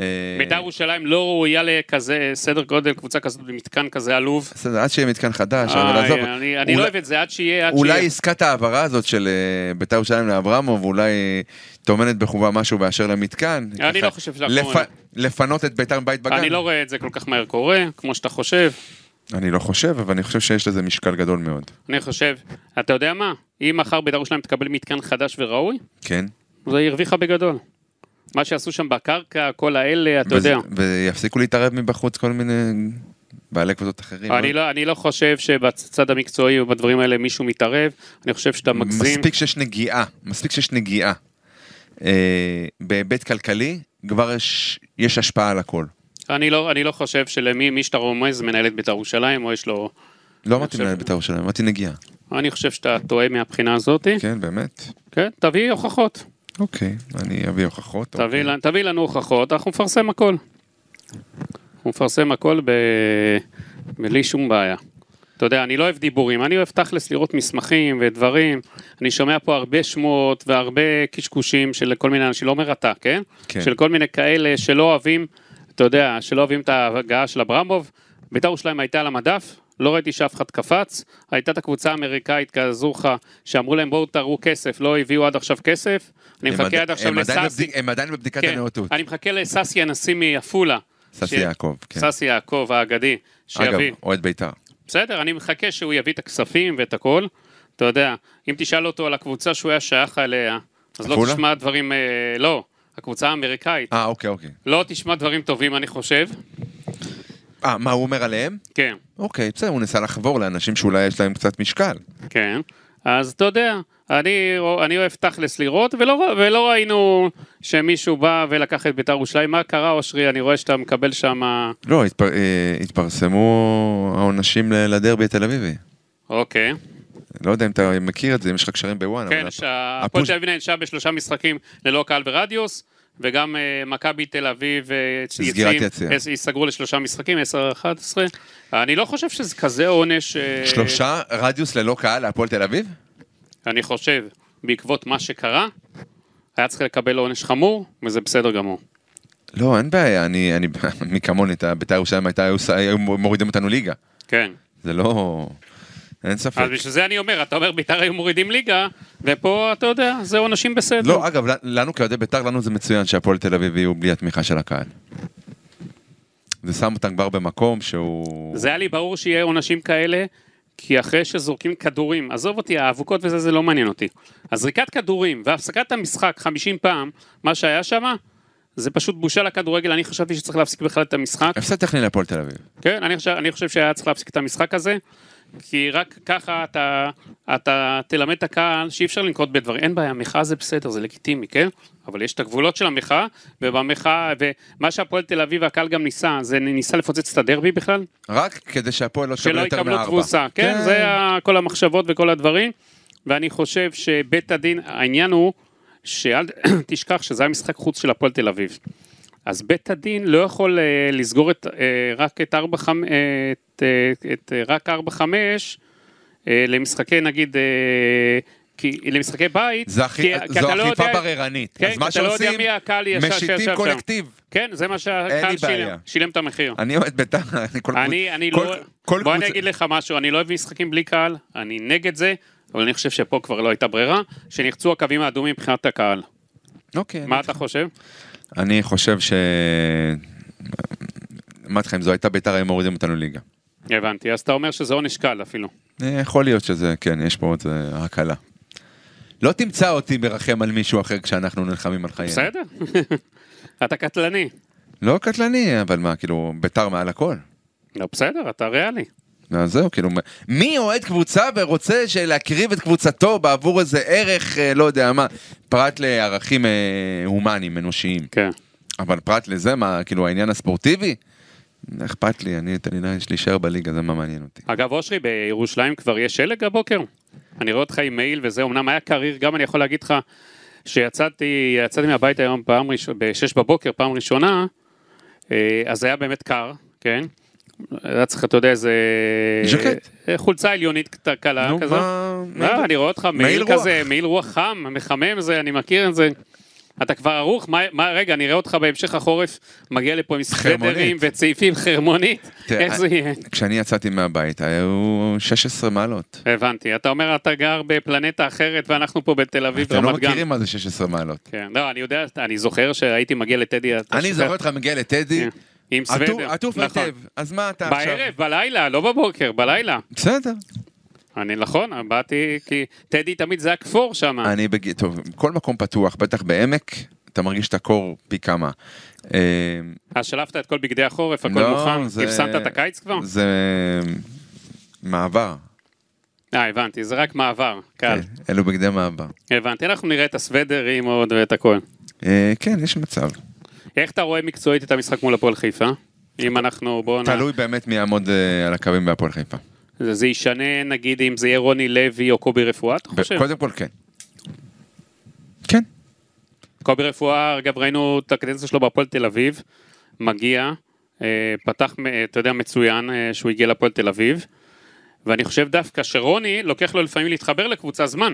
[SPEAKER 3] אה,
[SPEAKER 2] בית"ר ירושלים לא ראויה לכזה סדר גודל, קבוצה כזאת במתקן כזה עלוב.
[SPEAKER 3] בסדר, עד שיהיה מתקן חדש, אבל
[SPEAKER 2] אה,
[SPEAKER 3] עזוב.
[SPEAKER 2] אני אני
[SPEAKER 3] אולי-
[SPEAKER 2] לא אוהב את זה, עד שיהיה, עד
[SPEAKER 3] אולי
[SPEAKER 2] שיהיה.
[SPEAKER 3] עסקת ההעברה הזאת של אה, ביתר ירושלים לאברמוב, אולי אה, טומנת בחובה משהו באשר למתקן.
[SPEAKER 2] אני
[SPEAKER 3] ככה,
[SPEAKER 2] לא חושב שאנחנו-
[SPEAKER 3] לפ- לפנות את ביתר מבית בגן.
[SPEAKER 2] אני לא רואה את זה כל כך מהר קורה, כמו שאתה חושב.
[SPEAKER 3] אני לא חושב, אבל אני חושב שיש לזה משקל גדול מאוד.
[SPEAKER 2] אני חושב, אתה יודע מה? אם מחר בית"ר ירושלים תקבל מתקן חדש וראוי,
[SPEAKER 3] כן?
[SPEAKER 2] זה הרוויחה בגדול. מה שעשו שם בקרקע, כל האלה, אתה יודע.
[SPEAKER 3] וזה- ויפסיקו להתערב מבחוץ כל מיני בעלי קבוצות אחרים.
[SPEAKER 2] אני לא, אני לא חושב שבצד המקצועי ובדברים האלה מישהו מתערב, אני חושב שאתה מגזים.
[SPEAKER 3] מספיק שיש נגיעה, מספיק שיש נגיעה. אה, בהיבט כלכלי, כבר יש, יש השפעה על הכל.
[SPEAKER 2] אני לא, אני לא חושב שלמי מי שאתה רומז מנהל את בית"ר ירושלים, או יש לו...
[SPEAKER 3] לא אמרתי
[SPEAKER 2] חושב-
[SPEAKER 3] מנהל בית"ר ירושלים, אמרתי נגיעה.
[SPEAKER 2] אני חושב שאתה טועה מהבחינה הזאת. כן.
[SPEAKER 3] כן, באמת?
[SPEAKER 2] תביא הוכחות.
[SPEAKER 3] אוקיי, אני אביא הוכחות.
[SPEAKER 2] תביא,
[SPEAKER 3] אוקיי.
[SPEAKER 2] לנו- תביא לנו הוכחות, אנחנו נפרסם הכל. אנחנו נפרסם הכל ב... בלי שום בעיה. אתה יודע, אני לא אוהב דיבורים, אני אוהב תכלס לראות מסמכים ודברים. אני שומע פה הרבה שמות והרבה קשקושים של כל מיני אנשים, לא אומר אתה, כן?
[SPEAKER 3] כן.
[SPEAKER 2] של כל מיני כאלה שלא אוהבים, אתה יודע, שלא אוהבים את ההגעה של אברמוב. בית"ר ירושלים הייתה על המדף, לא ראיתי שאף אחד קפץ. הייתה את הקבוצה האמריקאית, כזו לך, שאמרו להם בואו תראו כסף, לא הביאו עד עכשיו כסף. אני
[SPEAKER 3] הם
[SPEAKER 2] מחכה
[SPEAKER 3] עד-
[SPEAKER 2] עד עכשיו
[SPEAKER 3] הם עדיין
[SPEAKER 2] לסאסי.
[SPEAKER 3] בבדיק- הם עדיין בבדיקת
[SPEAKER 2] כן,
[SPEAKER 3] הנאותות.
[SPEAKER 2] אני מחכה לסאסי הנשיא מעפולה.
[SPEAKER 3] ססי
[SPEAKER 2] ש-
[SPEAKER 3] יעקב, כן.
[SPEAKER 2] סאסי יעקב האגדי,
[SPEAKER 3] אגב,
[SPEAKER 2] שיביא.
[SPEAKER 3] אוהד בית"ר.
[SPEAKER 2] בסדר, אני מחכה שהוא יביא את הכספים ואת הכל. אתה יודע, אם תשאל אותו על הקבוצה שהוא היה שייך אליה, אז לא
[SPEAKER 3] עפולה?
[SPEAKER 2] תשמע דברים... אה, לא, הקבוצה האמריקאית.
[SPEAKER 3] אה, אוקיי, אוקיי.
[SPEAKER 2] לא תשמע דברים טובים, אני חושב.
[SPEAKER 3] אה, מה הוא אומר עליהם?
[SPEAKER 2] כן,
[SPEAKER 3] אוקיי, בסדר, הוא ניסה לחבור לאנשים שאולי יש להם קצת משקל.
[SPEAKER 2] כן. אז אתה יודע, אני, אני אוהב תכלס לראות, ולא, ולא ראינו שמישהו בא ולקח את בית"ר ירושלים. מה קרה, אושרי? אני רואה שאתה מקבל שם...
[SPEAKER 3] לא, התפר- אה, התפרסמו העונשים ל- לדרבי התל אביבי.
[SPEAKER 2] אוקיי.
[SPEAKER 3] לא יודע אם אתה מכיר את זה, אם יש לך קשרים בוואן.
[SPEAKER 2] כן,
[SPEAKER 3] אבל
[SPEAKER 2] ש-
[SPEAKER 3] הפ-
[SPEAKER 2] הפועל
[SPEAKER 3] הפוש-
[SPEAKER 2] תל אביב נענשה בשלושה משחקים ללא קהל ברדיוס, וגם אה, מכבי תל אביב אה, יציעים-
[SPEAKER 3] סגירת יציע.
[SPEAKER 2] אה, ייסגרו לשלושה משחקים, 10-11. אני לא חושב שזה כזה עונש... אה,
[SPEAKER 3] שלושה רדיוס ללא קהל להפועל תל אביב?
[SPEAKER 2] אני חושב, בעקבות מה שקרה, היה צריך לקבל עונש חמור, וזה בסדר גמור.
[SPEAKER 3] לא, אין בעיה, אני, אני, מי כמוני, אתה- בית"ר ירושלים הייתה, היו ס- היו מורידים אותנו ליגה.
[SPEAKER 2] כן.
[SPEAKER 3] זה לא... אין ספק.
[SPEAKER 2] אז בשביל זה אני אומר, אתה אומר בית"ר היו מורידים ליגה, ופה, אתה יודע, זה עונשים בסדר.
[SPEAKER 3] לא, אגב, לנו כאוהדי בית"ר, לנו זה מצוין שהפועל תל אביב יהיו בלי התמיכה של הקהל. זה שם אותם כבר במקום שהוא...
[SPEAKER 2] זה היה לי ברור שיהיה עונשים כאלה, כי אחרי שזורקים כדורים, עזוב אותי, האבוקות וזה, זה לא מעניין אותי. הזריקת כדורים והפסקת המשחק 50 פעם, מה שהיה שם, זה פשוט בושה לכדורגל, אני חשבתי שצריך להפסיק בכלל את המשחק.
[SPEAKER 3] הפסד טכני להפועל תל אביב.
[SPEAKER 2] כן, אני חושב, אני חושב שהיה צריך להפסיק את המשחק הזה, כי רק ככה אתה, אתה תלמד את הקהל שאי אפשר לנקוט בדברים. אין בעיה, מחאה זה בסדר, זה לגיטימי, כן? אבל יש את הגבולות של המחאה, ובמחאה, ומה שהפועל תל אביב והקהל גם ניסה, זה ניסה לפוצץ את הדרבי בכלל,
[SPEAKER 3] רק כדי שהפועל לא תקבל
[SPEAKER 2] שלא
[SPEAKER 3] יותר
[SPEAKER 2] יקבלו
[SPEAKER 3] מארבע.
[SPEAKER 2] תבוסה, כן? כן. זה ה- כל המחשבות וכל הדברים, ואני חושב שבית הדין, העניין הוא, שאל תשכח שזה היה משחק חוץ של הפועל תל אביב. אז בית הדין לא יכול אה, לסגור את, אה, רק את 4, 5, את, אה, את, אה, רק 4, 5 אה, למשחקי נגיד, אה, כי, למשחקי בית,
[SPEAKER 3] זה הכי-
[SPEAKER 2] כי- כי
[SPEAKER 3] זו
[SPEAKER 2] אתה לא
[SPEAKER 3] אכיפה
[SPEAKER 2] יודע-
[SPEAKER 3] בררנית.
[SPEAKER 2] כן,
[SPEAKER 3] אז מה
[SPEAKER 2] כי אתה לא יודע
[SPEAKER 3] שעושים,
[SPEAKER 2] מי הקהל ישב שישב
[SPEAKER 3] משיתים
[SPEAKER 2] שם.
[SPEAKER 3] קולקטיב.
[SPEAKER 2] כן, זה מה
[SPEAKER 3] אין לי
[SPEAKER 2] שהקהל
[SPEAKER 3] בעיה.
[SPEAKER 2] שילם, שילם את המחיר.
[SPEAKER 3] אני אוהד בית"ר, אני כל
[SPEAKER 2] אני,
[SPEAKER 3] קבוצ-
[SPEAKER 2] אני
[SPEAKER 3] כל-
[SPEAKER 2] לא...
[SPEAKER 3] כל
[SPEAKER 2] בוא
[SPEAKER 3] קבוצה-
[SPEAKER 2] אני אגיד לך משהו, אני לא אוהב משחקים בלי קהל, אני נגד זה, אבל אני חושב שפה כבר לא הייתה ברירה, שנחצו הקווים האדומים מבחינת הקהל.
[SPEAKER 3] אוקיי.
[SPEAKER 2] מה אתה חושב?
[SPEAKER 3] אני חושב ש... אמ, אמרתי לך, אם זו הייתה בית"ר, היו מורידים אותנו ליגה.
[SPEAKER 2] הבנתי, אז אתה אומר שזה עונש קל אפילו.
[SPEAKER 3] אה, יכול להיות שזה, כן, יש פה עוד אה, הקלה. לא תמצא אותי מרחם על מישהו אחר כשאנחנו נלחמים על חיים.
[SPEAKER 2] בסדר. אתה קטלני.
[SPEAKER 3] לא קטלני, אבל מה, כאילו, בית"ר מעל הכל.
[SPEAKER 2] לא, בסדר, אתה ריאלי.
[SPEAKER 3] אז זהו, כאילו, מ- מי אוהד קבוצה ורוצה של- להקריב את קבוצתו בעבור איזה ערך, אה, לא יודע מה, פרט לערכים אה, הומניים, אנושיים.
[SPEAKER 2] כן.
[SPEAKER 3] אבל פרט לזה, מה, כאילו, העניין הספורטיבי? אכפת לי, אני, תן לי לה- יש להישאר בליגה, זה מה מעניין אותי.
[SPEAKER 2] אגב, אושרי, בירושלים כבר יש שלג הבוקר? אני רואה אותך עם מעיל וזה, אמנם היה קריר, גם אני יכול להגיד לך שיצאתי יצאתי מהבית היום פעם ראשונה, ב-6 בבוקר, פעם ראשונה, אה, אז היה באמת קר, כן? היה צריך, אתה יודע, איזה...
[SPEAKER 3] ז'קט.
[SPEAKER 2] אה, חולצה עליונית קט- קלה
[SPEAKER 3] נו,
[SPEAKER 2] כזו.
[SPEAKER 3] מה-
[SPEAKER 2] אה, לא, אני רואה אותך מעיל
[SPEAKER 3] רוח.
[SPEAKER 2] כזה, מעיל רוח חם, מחמם זה, אני מכיר את זה. אתה כבר ערוך? מה, מה רגע, אני אראה אותך בהמשך החורף, מגיע לפה עם סוודרים
[SPEAKER 3] חרמונית.
[SPEAKER 2] וצעיפים, חרמונית,
[SPEAKER 3] תראה,
[SPEAKER 2] איך זה יהיה?
[SPEAKER 3] כשאני יצאתי מהבית, היו 16 מעלות.
[SPEAKER 2] הבנתי, אתה אומר אתה גר בפלנטה אחרת ואנחנו פה בתל אביב,
[SPEAKER 3] אתם לא
[SPEAKER 2] רמת גן.
[SPEAKER 3] מכירים מה זה 16 מעלות.
[SPEAKER 2] כן, לא, אני יודע, אני זוכר שהייתי מגיע לטדי. אתה
[SPEAKER 3] אני
[SPEAKER 2] זוכר?
[SPEAKER 3] זוכר אותך מגיע לטדי,
[SPEAKER 2] כן, עם
[SPEAKER 3] עטוף-
[SPEAKER 2] סוודר.
[SPEAKER 3] עטוף
[SPEAKER 2] נכון.
[SPEAKER 3] היטב, אז מה אתה עכשיו?
[SPEAKER 2] בערב, בלילה, לא בבוקר, בלילה.
[SPEAKER 3] בסדר.
[SPEAKER 2] אני, נכון, באתי, כי טדי תמיד זה הכפור שם.
[SPEAKER 3] אני בגיל, טוב, כל מקום פתוח, בטח בעמק, אתה מרגיש את הקור פי כמה. אה,
[SPEAKER 2] אז שלפת את כל בגדי החורף, הכל
[SPEAKER 3] לא,
[SPEAKER 2] מוכן,
[SPEAKER 3] זה-
[SPEAKER 2] הפסמת את הקיץ כבר?
[SPEAKER 3] זה מעבר.
[SPEAKER 2] אה, הבנתי, זה רק מעבר, קל.
[SPEAKER 3] כן, אלו בגדי מעבר.
[SPEAKER 2] הבנתי, אנחנו נראה את הסוודרים עוד ואת הכל.
[SPEAKER 3] אה, כן, יש מצב.
[SPEAKER 2] איך אתה רואה מקצועית את המשחק מול הפועל חיפה? אם אנחנו, בואו נ...
[SPEAKER 3] תלוי באמת מי יעמוד אה, על הקווים בהפועל חיפה.
[SPEAKER 2] זה זה ישנה, נגיד, אם זה יהיה רוני לוי או קובי רפואה, אתה חושב?
[SPEAKER 3] קודם כל כן. כן.
[SPEAKER 2] קובי רפואה, אגב, ראינו את הקדנציה שלו בהפועל תל אביב, מגיע, אה, פתח, אה, אתה יודע, מצוין אה, שהוא הגיע להפועל תל אביב, ואני חושב דווקא שרוני, לוקח לו לפעמים להתחבר לקבוצה זמן.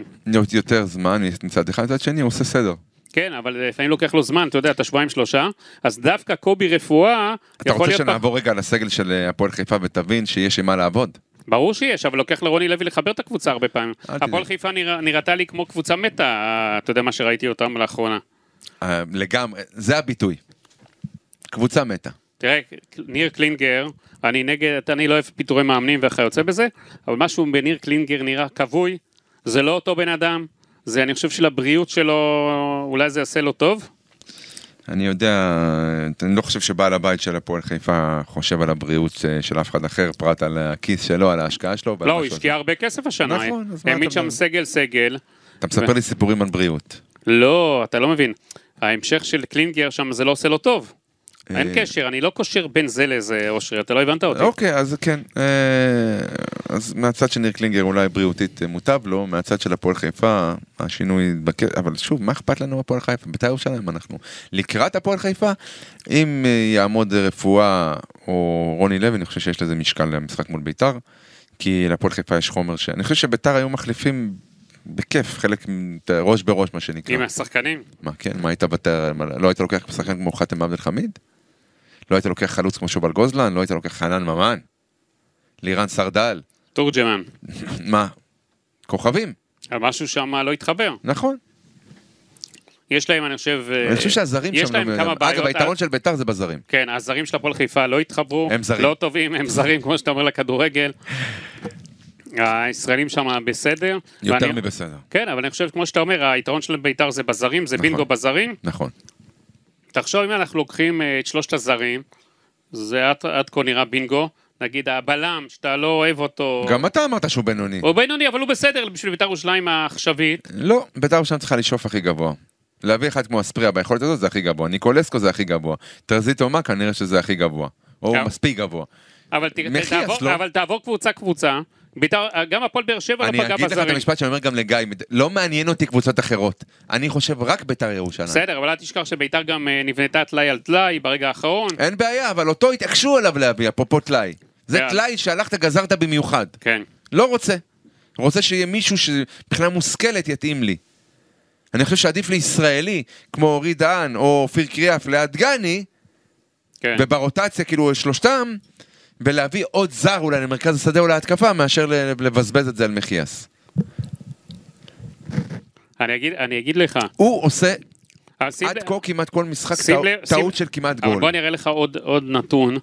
[SPEAKER 3] יותר זמן מצד אחד, מצד שני הוא עושה סדר.
[SPEAKER 2] כן, אבל לפעמים לוקח לו זמן, אתה יודע, אתה שבועיים שלושה, אז דווקא קובי רפואה
[SPEAKER 3] אתה רוצה
[SPEAKER 2] פח-
[SPEAKER 3] שנעבור רגע על הסגל של אה, הפועל חיפה ותבין שיש עם מה לעבוד.
[SPEAKER 2] ברור שיש, אבל לוקח לרוני לוי לחבר את הקבוצה הרבה פעמים.
[SPEAKER 3] אל תדאג.
[SPEAKER 2] הפועל חיפה נרא- נראתה לי כמו קבוצה מתה, אה, אתה יודע מה שראיתי אותם לאחרונה.
[SPEAKER 3] אה, לגמרי, זה הביטוי. קבוצה מתה.
[SPEAKER 2] תראה, ניר קלינגר, אני נגד, אני לא אוהב פיטורי מאמנים וכיוצא בזה, אבל משהו בניר קלינגר נראה כבוי, זה לא אותו בן אדם, זה אני חושב שלבריאות שלו, אולי זה יעשה לו טוב.
[SPEAKER 3] אני יודע, אני לא חושב שבעל הבית של הפועל חיפה חושב על הבריאות אה, של אף אחד אחר, פרט על הכיס שלו, על ההשקעה שלו. ועל
[SPEAKER 2] לא,
[SPEAKER 3] מה
[SPEAKER 2] הוא
[SPEAKER 3] שהוא
[SPEAKER 2] השקיע הרבה כסף השנה,
[SPEAKER 3] נכון, אז מה
[SPEAKER 2] העמיד
[SPEAKER 3] אתה
[SPEAKER 2] שם
[SPEAKER 3] מדבר?
[SPEAKER 2] סגל סגל,
[SPEAKER 3] עושה. אתה מספר לי סיפורים על בריאות.
[SPEAKER 2] לא, אתה לא מבין, ההמשך של קלינגר שם זה לא עושה לו טוב. אין
[SPEAKER 3] אה,
[SPEAKER 2] קשר, אני לא קושר בין זה לזה, אושרי, אתה לא הבנת אותי.
[SPEAKER 3] אוקיי, אז כן, אה, אז מהצד של ניר קלינגר אולי בריאותית אה, מוטב לו, מהצד של הפועל חיפה השינוי התבקש, אבל שוב, מה אכפת לנו הפועל חיפה? בית"ר ירושלים אנחנו. לקראת הפועל חיפה, אם אה, יעמוד רפואה או רוני לוי, אני חושב שיש לזה משקל למשחק מול בית"ר, כי להפועל חיפה יש חומר ש... אני חושב שבית"ר היו מחליפים בכיף, חלק מ- את ה- ראש בראש מה שנקרא.
[SPEAKER 2] עם השחקנים,
[SPEAKER 3] מה, כן, מה היית בטר... מה, לא היית לוקח שחקן כמו חתם עבד אל חמיד? לא היית לוקח חלוץ כמו שובל גוזלן? לא היית לוקח חנן ממן? לירן סרדל?
[SPEAKER 2] תורג'מן,
[SPEAKER 3] מה? כוכבים,
[SPEAKER 2] אבל משהו שם לא התחבר.
[SPEAKER 3] נכון.
[SPEAKER 2] יש להם, אני חושב...
[SPEAKER 3] אני חושב שהזרים
[SPEAKER 2] אה, יש
[SPEAKER 3] שם...
[SPEAKER 2] להם
[SPEAKER 3] לא-
[SPEAKER 2] כמה בעיות.
[SPEAKER 3] אגב, היתרון של ביתר זה בזרים.
[SPEAKER 2] כן, הזרים של הפועל חיפה לא התחברו.
[SPEAKER 3] הם זרים.
[SPEAKER 2] לא טובים, הם זרים, כמו שאתה אומר, לכדורגל. הישראלים שם בסדר.
[SPEAKER 3] יותר
[SPEAKER 2] ואני-
[SPEAKER 3] מבסדר.
[SPEAKER 2] כן, אבל אני חושב, כמו שאתה אומר, היתרון של בית"ר זה בזרים, זה
[SPEAKER 3] נכון.
[SPEAKER 2] בינגו בזרים.
[SPEAKER 3] נכון.
[SPEAKER 2] תחשוב, אם אנחנו לוקחים אה, את שלושת הזרים, זה עד- עד כה נראה בינגו. נגיד הבלם, שאתה לא אוהב אותו.
[SPEAKER 3] גם אתה אמרת שהוא בינוני.
[SPEAKER 2] הוא בינוני, אבל הוא בסדר בשביל בית"ר ירושלים העכשווית.
[SPEAKER 3] לא, ביתר ירושלים צריכה לשאוף הכי גבוה. להביא אחד כמו אספריה ביכולת הזאת זה הכי גבוה. ניקולסקו זה הכי גבוה. תרזיטו מה? כנראה שזה הכי גבוה. או
[SPEAKER 2] גם.
[SPEAKER 3] מספיק גבוה.
[SPEAKER 2] אבל ת-
[SPEAKER 3] מחייאס,
[SPEAKER 2] תעבור-
[SPEAKER 3] לא?
[SPEAKER 2] אבל תעבור קבוצה-קבוצה. בית"ר- גם הפועל באר שבע לא
[SPEAKER 3] אני
[SPEAKER 2] פגע
[SPEAKER 3] אגיד לך את
[SPEAKER 2] בזרים.
[SPEAKER 3] המשפט שאני אומר גם לגיא, מד- לא מעניין אותי קבוצות אחרות. אני חושב רק ביתר ירושלים.
[SPEAKER 2] בסדר, אבל אל תשכח שביתר גם אה, נבנתה טלאי על טלאי ברגע האחרון.
[SPEAKER 3] אין בעיה, אבל אותו התעקשו עליו להביא, אפרופו טלאי. זה
[SPEAKER 2] כן.
[SPEAKER 3] טלאי שהלכת גזרת במיוחד.
[SPEAKER 2] כן.
[SPEAKER 3] לא רוצה. רוצה שיהיה מישהו שמבחינה מושכלת יתאים לי. אני חושב שעדיף לישראלי, כמו אורי דהן או אופיר קריאף ליד גני,
[SPEAKER 2] כן.
[SPEAKER 3] וברוטציה כאילו שלושתם, ולהביא עוד זר אולי למרכז השדה או להתקפה, מאשר ל- לבזבז את זה על מחיאס.
[SPEAKER 2] אני אגיד, אני אגיד לך.
[SPEAKER 3] הוא עושה
[SPEAKER 2] אבל שים
[SPEAKER 3] עד
[SPEAKER 2] לב-
[SPEAKER 3] כה כמעט כל משחק
[SPEAKER 2] שים
[SPEAKER 3] טעו-
[SPEAKER 2] לב- שים-
[SPEAKER 3] טעות של כמעט
[SPEAKER 2] אבל בוא
[SPEAKER 3] גול.
[SPEAKER 2] אני אראה לך עוד, עוד נתון.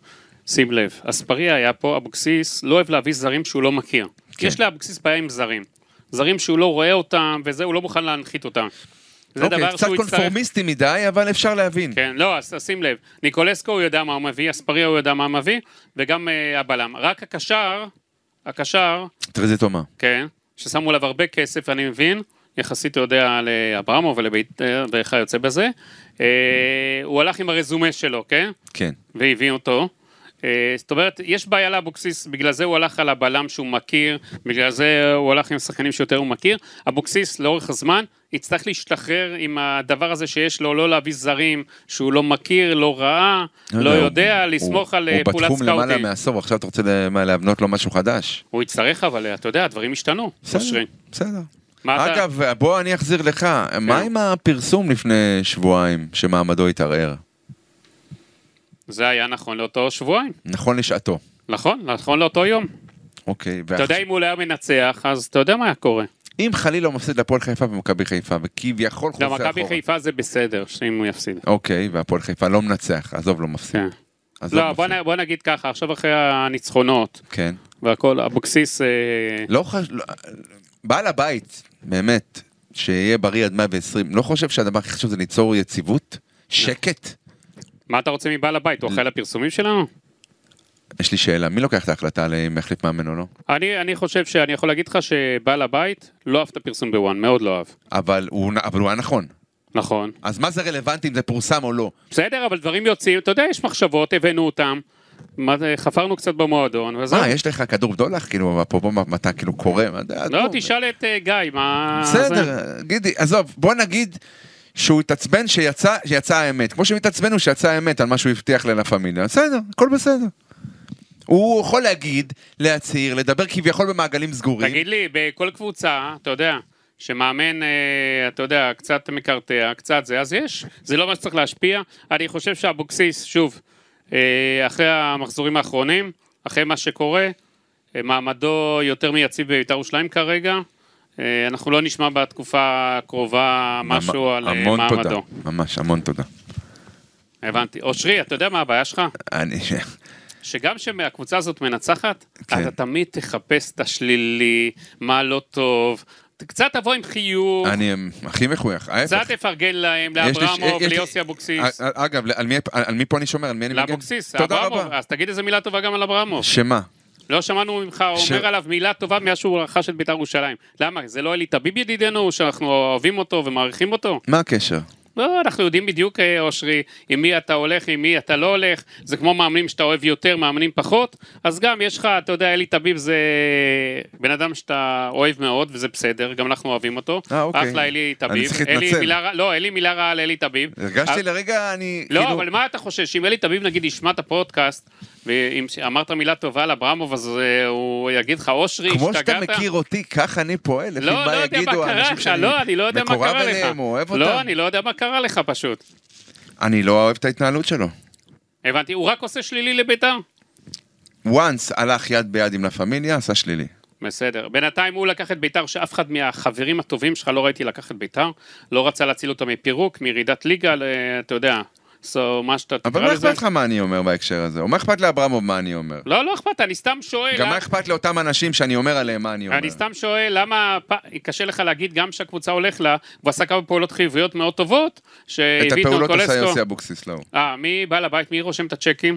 [SPEAKER 2] שים לב, אספריה היה פה, אבוקסיס לא אוהב להביא זרים שהוא לא מכיר.
[SPEAKER 3] כן.
[SPEAKER 2] יש לאבוקסיס בעיה עם זרים. זרים שהוא לא רואה אותם, וזה, הוא לא מוכן להנחית אותם. זה
[SPEAKER 3] אוקיי,
[SPEAKER 2] דבר
[SPEAKER 3] קצת
[SPEAKER 2] שהוא יצטרך...
[SPEAKER 3] קונפורמיסטי מדי, אבל אפשר להבין.
[SPEAKER 2] כן, לא, אז שים לב. ניקולסקו הוא יודע מה הוא מביא, אספריה הוא יודע מה הוא מביא, וגם אה, הבלם. רק הקשר, הקשר,
[SPEAKER 3] טרזיטו מה?
[SPEAKER 2] כן, ששמו עליו הרבה כסף, אני מבין, יחסית, אתה יודע, לאברמוב ולבית- אה, וכיוצא בזה. אה, הוא הלך עם הרזומה שלו, כן?
[SPEAKER 3] כן.
[SPEAKER 2] והביא אותו. אה, זאת אומרת, יש בעיה לאבוקסיס, בגלל זה הוא הלך על הבלם שהוא מכיר, בגלל זה הוא הלך עם שחקנים שיותר הוא מכיר. אבוקסיס, לאורך הזמן, יצטרך להשתחרר עם הדבר הזה שיש לו, לא להביא זרים שהוא לא מכיר, לא ראה, לא
[SPEAKER 3] הוא-
[SPEAKER 2] יודע,
[SPEAKER 3] הוא-
[SPEAKER 2] לסמוך על אה, פעולת
[SPEAKER 3] הוא בתחום למעלה
[SPEAKER 2] סקאוטים.
[SPEAKER 3] מעשור, עכשיו אתה רוצה ל- מה, להבנות לו משהו חדש?
[SPEAKER 2] הוא יצטרך, אבל אה, אתה יודע, הדברים השתנו, אושרי.
[SPEAKER 3] בסדר.
[SPEAKER 2] מה אתה- כן.
[SPEAKER 3] אגב, בוא אני אחזיר לך, מה עם הפרסום לפני שבועיים שמעמדו התערער?
[SPEAKER 2] זה היה נכון לאותו שבועיים,
[SPEAKER 3] נכון לשעתו.
[SPEAKER 2] נכון? נכון לאותו יום.
[SPEAKER 3] אוקיי,
[SPEAKER 2] אתה יודע,
[SPEAKER 3] ועכשיו-
[SPEAKER 2] אם הוא לא היה מנצח, אז אתה יודע מה היה קורה.
[SPEAKER 3] אם חלילה הוא מפסיד להפועל חיפה ומכבי חיפה, וכביכול חוזר
[SPEAKER 2] גם
[SPEAKER 3] אחורה.
[SPEAKER 2] מכבי חיפה זה בסדר, שאם הוא יפסיד.
[SPEAKER 3] אוקיי, והפועל חיפה לא מנצח, עזוב, לא מפסיד.
[SPEAKER 2] כן.
[SPEAKER 3] עזוב,
[SPEAKER 2] לא, בוא,
[SPEAKER 3] מפסיד.
[SPEAKER 2] נ, בוא נגיד ככה, עכשיו אחרי הניצחונות
[SPEAKER 3] כן.
[SPEAKER 2] והכל, אבוקסיס, אה,
[SPEAKER 3] לא חש... לא- בעל הבית, באמת, שיהיה בריא עד 120, לא חושב שהדבר הכי חשוב זה ליצור יציבות? שקט?
[SPEAKER 2] מה אתה רוצה מבעל הבית? הוא אחראי לפרסומים שלנו?
[SPEAKER 3] יש לי שאלה, מי לוקח את ההחלטה על אם יחליף מאמן או לא?
[SPEAKER 2] אני, אני חושב שאני יכול להגיד לך שבעל הבית לא אהב את הפרסום בוואן, מאוד לא אהב.
[SPEAKER 3] אבל הוא, אבל הוא היה נכון.
[SPEAKER 2] נכון.
[SPEAKER 3] אז מה זה רלוונטי אם זה פורסם או לא?
[SPEAKER 2] בסדר, אבל דברים יוצאים, אתה יודע, יש מחשבות, הבאנו אותם, מה זה, חפרנו קצת במועדון, וזהו.
[SPEAKER 3] מה, אה, יש לך כדור בדולח? כאילו, אפרופו מה- מה אתה כאילו קורא? מה, זה-
[SPEAKER 2] לא,
[SPEAKER 3] עזוב.
[SPEAKER 2] תשאל את אה, גיא, מה... זה?
[SPEAKER 3] בסדר, גידי, עזוב, בוא נגיד שהוא התעצבן שיצא, שיצא האמת. כמו שהם התעצבנו שיצא האמת על מה שהוא הבטיח ללה פמיליה. בסדר, הכל בסדר. הוא יכול להגיד, להצהיר, לדבר כביכול במעגלים סגורים.
[SPEAKER 2] תגיד לי, בכל קבוצה, אתה יודע, שמאמן, אה, אתה יודע, קצת מקרטע, קצת זה, אז יש. זה לא מה שצריך להשפיע. אני חושב שאבוקסיס, שוב, אה, אחרי המחזורים האחרונים, אחרי מה שקורה, אה, מעמדו יותר מיציב בבית"ר ירושלים כרגע. אה, אנחנו לא נשמע בתקופה הקרובה משהו על אה,
[SPEAKER 3] המון תודה,
[SPEAKER 2] מעמדו.
[SPEAKER 3] ממש המון תודה.
[SPEAKER 2] הבנתי. אושרי, אתה יודע מה הבעיה שלך?
[SPEAKER 3] אני...
[SPEAKER 2] שגם כשהקבוצה הזאת מנצחת,
[SPEAKER 3] כן.
[SPEAKER 2] אתה תמיד תחפש את השלילי, מה לא טוב. קצת תבוא עם חיוך,
[SPEAKER 3] אני אמ, הכי מחוייך, ההפך.
[SPEAKER 2] קצת תפרגן להם,
[SPEAKER 3] יש לי-
[SPEAKER 2] לאברמוב,
[SPEAKER 3] יש לי-
[SPEAKER 2] ליוסי אבוקסיס.
[SPEAKER 3] א- א- אגב, על מי- על מי פה אני שומר? על מי אני מגן?
[SPEAKER 2] לאבוקסיס,
[SPEAKER 3] תודה
[SPEAKER 2] אברמוב.
[SPEAKER 3] רבה.
[SPEAKER 2] אז תגיד איזה מילה טובה גם על אברמוב.
[SPEAKER 3] שמה?
[SPEAKER 2] לא שמענו ממך
[SPEAKER 3] ש-
[SPEAKER 2] אומר עליו מילה טובה מאז שהוא רכש את בית"ר ירושלים. למה? זה לא אלי טביב ידידנו, שאנחנו אוהבים אותו ומעריכים אותו?
[SPEAKER 3] מה הקשר?
[SPEAKER 2] לא, אנחנו יודעים בדיוק, אה, אושרי, עם מי אתה הולך, עם מי אתה לא הולך. זה כמו מאמנים שאתה אוהב יותר, מאמנים פחות. אז גם יש לך, אתה יודע, אלי טביב זה בן אדם שאתה אוהב מאוד, וזה בסדר, גם אנחנו אוהבים אותו.
[SPEAKER 3] אה, אוקיי.
[SPEAKER 2] אחלה אלי
[SPEAKER 3] אני
[SPEAKER 2] טביב.
[SPEAKER 3] צריך
[SPEAKER 2] אלי
[SPEAKER 3] להתנצל.
[SPEAKER 2] מילה רע- לא, אין לי מילה רעה על אלי טביב.
[SPEAKER 3] הרגשתי
[SPEAKER 2] אה,
[SPEAKER 3] לרגע, אני...
[SPEAKER 2] לא,
[SPEAKER 3] כאילו-
[SPEAKER 2] אבל מה אתה חושש? אם אלי תביב נגיד ישמע את הפודקאסט, ואם אמרת מילה טובה על אברמוב, אז אה, הוא יגיד לך, אושרי,
[SPEAKER 3] כמו
[SPEAKER 2] השתגעת?
[SPEAKER 3] שאתה מכיר אותי, ככה אני פועל, לפי
[SPEAKER 2] לא, לא
[SPEAKER 3] מה
[SPEAKER 2] יודע מה
[SPEAKER 3] יגידו
[SPEAKER 2] קרה
[SPEAKER 3] האנשים
[SPEAKER 2] לך,
[SPEAKER 3] שאני
[SPEAKER 2] לא, אני לא יודע מה
[SPEAKER 3] מקורב
[SPEAKER 2] קרה לך.
[SPEAKER 3] אליהם, הוא אוהב
[SPEAKER 2] לא,
[SPEAKER 3] אותם.
[SPEAKER 2] אני לא יודע מה קרה לך פשוט.
[SPEAKER 3] אני לא אוהב את ההתנהלות שלו.
[SPEAKER 2] הבנתי, הוא רק עושה שלילי לביתר?
[SPEAKER 3] once הלך יד ביד עם לה פמיליה, עשה שלילי.
[SPEAKER 2] בסדר. בינתיים הוא לקח את ביתר, שאף אחד מהחברים הטובים שלך לא ראיתי לקח את ביתר, לא רצה להציל אותה מפירוק, מירידת ליגה, ל- אתה יודע, so, מה שאתה
[SPEAKER 3] אבל מה אכפת לך מה אני אומר בהקשר הזה? או מה אכפת לאברמוב מה אני אומר?
[SPEAKER 2] לא, לא אכפת, אני סתם שואל.
[SPEAKER 3] גם
[SPEAKER 2] אה?
[SPEAKER 3] מה אכפת לאותם אנשים שאני אומר עליהם מה אני אומר?
[SPEAKER 2] אני סתם שואל, למה פ- קשה לך להגיד גם שהקבוצה הולך לה, הוא עשה כמה פעולות חיוביות מאוד טובות,
[SPEAKER 3] את
[SPEAKER 2] שהביא איתו
[SPEAKER 3] הפעולות עשה יוסי
[SPEAKER 2] אה, קולסקו.
[SPEAKER 3] אבוקסיס, לא. הוא.
[SPEAKER 2] אה, מי בעל הבית, מי רושם את הצ'קים?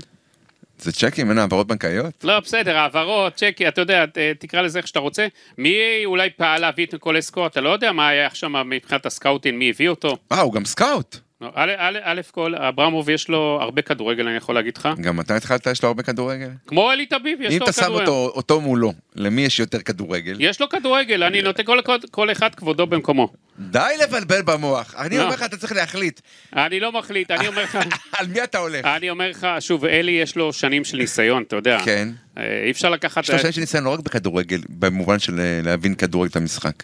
[SPEAKER 3] זה צ'קים, אין העברות בנקאיות?
[SPEAKER 2] לא, בסדר, העברות, צ'קי, אתה יודע, ת- תקרא לזה איך שאתה רוצה. מי אולי פעל להביא את קולסקו, אתה לא יודע מה היה שם מבחינת הסקאוטין, מי הביא אותו.
[SPEAKER 3] אה, הוא גם סקאוט.
[SPEAKER 2] לא, א', א', א' כל, אברמוב יש לו הרבה כדורגל, אני יכול להגיד לך.
[SPEAKER 3] גם אתה התחלת, יש לו הרבה כדורגל?
[SPEAKER 2] כמו אלי טביב, יש
[SPEAKER 3] אם
[SPEAKER 2] לו
[SPEAKER 3] אתה שם
[SPEAKER 2] כדורגל.
[SPEAKER 3] אותו- אותו מולו, למי יש יותר כדורגל?
[SPEAKER 2] יש לו כדורגל, אני נותן כל- כל- כל אחד כבודו במקומו.
[SPEAKER 3] די לבלבל במוח. אני
[SPEAKER 2] לא.
[SPEAKER 3] אומר לך, אתה צריך להחליט
[SPEAKER 2] אני לא מחליט, אני אומר לך...
[SPEAKER 3] על מי אתה הולך.
[SPEAKER 2] אני אומר לך, שוב, אלי יש לו שנים של ניסיון, אתה יודע.
[SPEAKER 3] כן.
[SPEAKER 2] אה, אי אפשר לקחת...
[SPEAKER 3] יש לו שנים של ניסיון לא רק בכדורגל, במובן של אה, להבין כדורגל את המשחק.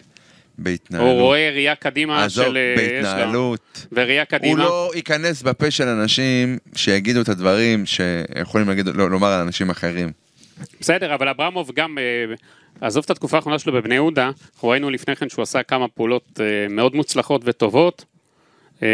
[SPEAKER 3] בהתנהלות.
[SPEAKER 2] אה, הוא רואה ראייה קדימה
[SPEAKER 3] עזוב,
[SPEAKER 2] של... אה, יש לו.
[SPEAKER 3] בהתנהלות.
[SPEAKER 2] וראייה
[SPEAKER 3] הוא
[SPEAKER 2] קדימה.
[SPEAKER 3] לא ייכנס בפה של אנשים שיגידו את הדברים שיכולים להגיד, לא, לומר על אנשים אחרים.
[SPEAKER 2] בסדר, אבל אברמוב גם... אה, עזוב את התקופה האחרונה שלו בבני יהודה, אנחנו ראינו לפני כן שהוא עשה כמה פעולות אה, מאוד מוצלחות וטובות. אה,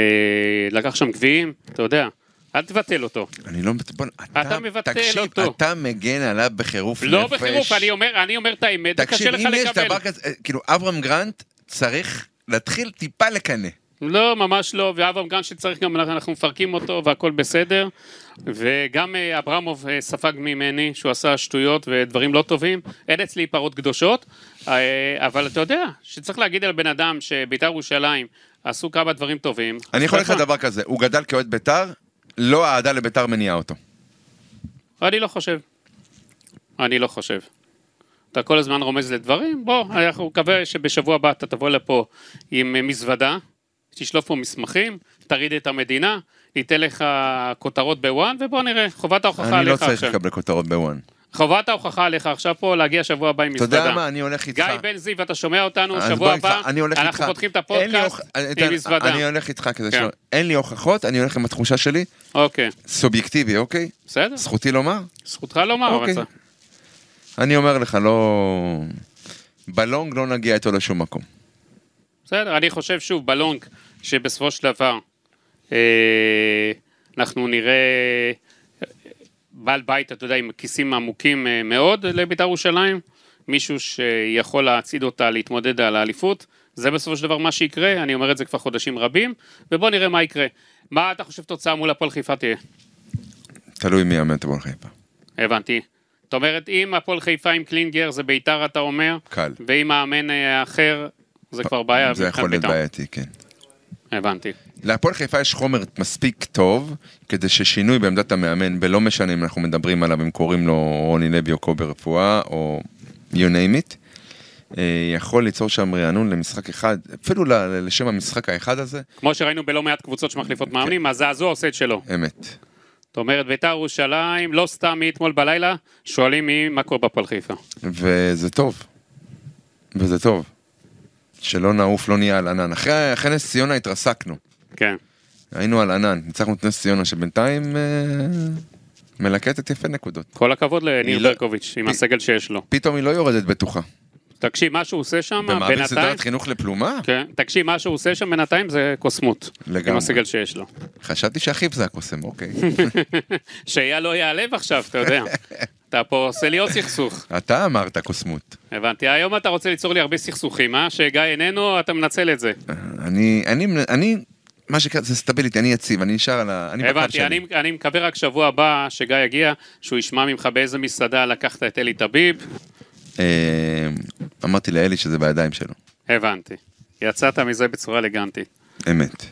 [SPEAKER 2] לקח שם גביעים, אתה יודע. אל תבטל אותו.
[SPEAKER 3] אני לא... בוא,
[SPEAKER 2] אתה מבטל
[SPEAKER 3] תקשיב,
[SPEAKER 2] אותו.
[SPEAKER 3] אתה מגן עליו בחירוף נפש.
[SPEAKER 2] לא בחירוף, אני אומר, אני אומר את האמת,
[SPEAKER 3] תקשיב,
[SPEAKER 2] וקשה לך
[SPEAKER 3] אם יש
[SPEAKER 2] לקבל.
[SPEAKER 3] דבר כזה, אה, כאילו, אברהם גרנט צריך להתחיל טיפה לקנא.
[SPEAKER 2] לא, ממש לא, ואברהם גן שצריך גם, אנחנו מפרקים אותו והכל בסדר. וגם אה, אברמוב אה, ספג ממני שהוא עשה שטויות ודברים לא טובים. אין אצלי פרות קדושות, אה, אבל אתה יודע שצריך להגיד על בן אדם שבית"ר ירושלים עשו כמה דברים טובים.
[SPEAKER 3] אני יכול להגיד לך
[SPEAKER 2] סליחה,
[SPEAKER 3] דבר כזה, הוא גדל כאוהד בית"ר, לא האהדה לבית"ר מניעה אותו.
[SPEAKER 2] אני לא חושב. אני לא חושב. אתה כל הזמן רומז לדברים, בוא, אנחנו נקווה שבשבוע הבא אתה תבוא לפה עם אה, מזוודה, תשלוף פה מסמכים, תרעיד את המדינה, ניתן לך כותרות בוואן, ובוא נראה, חובת ההוכחה
[SPEAKER 3] אני לא
[SPEAKER 2] עליך
[SPEAKER 3] צריך
[SPEAKER 2] נכון, עכשיו.
[SPEAKER 3] לקבל כותרות בוואן.
[SPEAKER 2] חובת ההוכחה עליך עכשיו פה, להגיע שבוע הבא עם
[SPEAKER 3] אתה
[SPEAKER 2] מזוודה.
[SPEAKER 3] יודע מה, אני הולך איתך.
[SPEAKER 2] גיא בן זיו, אתה שומע אותנו,
[SPEAKER 3] אז
[SPEAKER 2] שבוע
[SPEAKER 3] בוא איתך,
[SPEAKER 2] הבא,
[SPEAKER 3] אני הולך איתך.
[SPEAKER 2] אנחנו פותחים את
[SPEAKER 3] אין לי
[SPEAKER 2] הפודקאסט
[SPEAKER 3] הוכ-
[SPEAKER 2] עם
[SPEAKER 3] איתן,
[SPEAKER 2] מזוודה.
[SPEAKER 3] אני הולך איתך כזה
[SPEAKER 2] כן.
[SPEAKER 3] שלא... אין לי הוכחות, אני הולך עם התחושה שלי,
[SPEAKER 2] אוקיי,
[SPEAKER 3] סובייקטיבי, אוקיי?
[SPEAKER 2] בסדר,
[SPEAKER 3] זכותי לומר?
[SPEAKER 2] זכותך לומר, אבל
[SPEAKER 3] אוקיי.
[SPEAKER 2] אתה-
[SPEAKER 3] אני אומר לך, לא... בלונג לא נגיע איתו לשום מקום.
[SPEAKER 2] בסדר, אני חושב שוב בלונג, שבסופו של דבר אה, אנחנו נראה בעל בית, אתה יודע, עם כיסים עמוקים אה, מאוד לבית"ר ירושלים, מישהו שיכול להצעיד אותה להתמודד על האליפות, זה בסופו של דבר מה שיקרה, אני אומר את זה כבר חודשים רבים, ובוא נראה מה יקרה. מה אתה חושב תוצאה מול הפועל חיפה תהיה?
[SPEAKER 3] תלוי מי יאמן את הפועל חיפה.
[SPEAKER 2] הבנתי. זאת אומרת, אם הפועל חיפה עם קלינגר זה בית"ר אתה אומר,
[SPEAKER 3] קל.
[SPEAKER 2] ואם מאמן אה, אחר זה כבר בעיה.
[SPEAKER 3] זה יכול להיות
[SPEAKER 2] מבחינת בית"ר.
[SPEAKER 3] בעייתי, כן.
[SPEAKER 2] הבנתי.
[SPEAKER 3] להפועל חיפה יש חומר מספיק טוב, כדי ששינוי בעמדת המאמן, ולא משנה אם אנחנו מדברים עליו, אם קוראים לו רוני לוי או קובי רפואה, או you name it, אה, יכול ליצור שם רענון למשחק אחד, אפילו ל- ל- לשם המשחק האחד הזה,
[SPEAKER 2] כמו שראינו בלא מעט קבוצות שמחליפות
[SPEAKER 3] כן.
[SPEAKER 2] מאמנים, אז זעזוע עושה את שלו.
[SPEAKER 3] אמת.
[SPEAKER 2] זאת אומרת, ביתר ירושלים, לא סתם מאתמול בלילה, שואלים מי, מה קורה בפועל חיפה.
[SPEAKER 3] וזה טוב. וזה טוב. שלא נעוף, לא נהיה על ענן. אחרי, אחרי נס ציונה התרסקנו.
[SPEAKER 2] כן.
[SPEAKER 3] היינו על ענן, ניצחנו את נס ציונה שבינתיים... אה, מלקטת יפה נקודות.
[SPEAKER 2] כל הכבוד לניר
[SPEAKER 3] אני לא-
[SPEAKER 2] ברקוביץ' עם
[SPEAKER 3] פי-
[SPEAKER 2] הסגל שיש לו.
[SPEAKER 3] פתאום היא לא יורדת בטוחה.
[SPEAKER 2] תקשיב, מה שהוא עושה שם,
[SPEAKER 3] במעביר
[SPEAKER 2] בינתיים...
[SPEAKER 3] סדרת חינוך לפלומה?
[SPEAKER 2] כן, תקשיב, מה שהוא עושה שם בינתיים זה קוסמות.
[SPEAKER 3] לגמרי.
[SPEAKER 2] עם הסגל שיש לו.
[SPEAKER 3] חשבתי שאחיו זה הקוסם, אוקיי.
[SPEAKER 2] שאייל לא יעלב עכשיו, אתה יודע. אתה פה עושה לי עוד סכסוך.
[SPEAKER 3] אתה אמרת קוסמות.
[SPEAKER 2] הבנתי. היום אתה רוצה ליצור לי הרבה סכסוכים, אה? שגיא איננו, אתה מנצל את זה.
[SPEAKER 3] אני, אני, אני, מה שקרה זה סטביליטי, אני יציב, אני נשאר על ה... אני בקו
[SPEAKER 2] הבנתי,
[SPEAKER 3] שלי.
[SPEAKER 2] אני, אני מקווה רק שבוע הבא שגיא יגיע, שהוא ישמע ממך באיזה מסעדה לקחת את אלי טביב.
[SPEAKER 3] אה, אמרתי לאלי שזה בידיים שלו.
[SPEAKER 2] הבנתי. יצאת מזה בצורה אלגנטית.
[SPEAKER 3] אמת.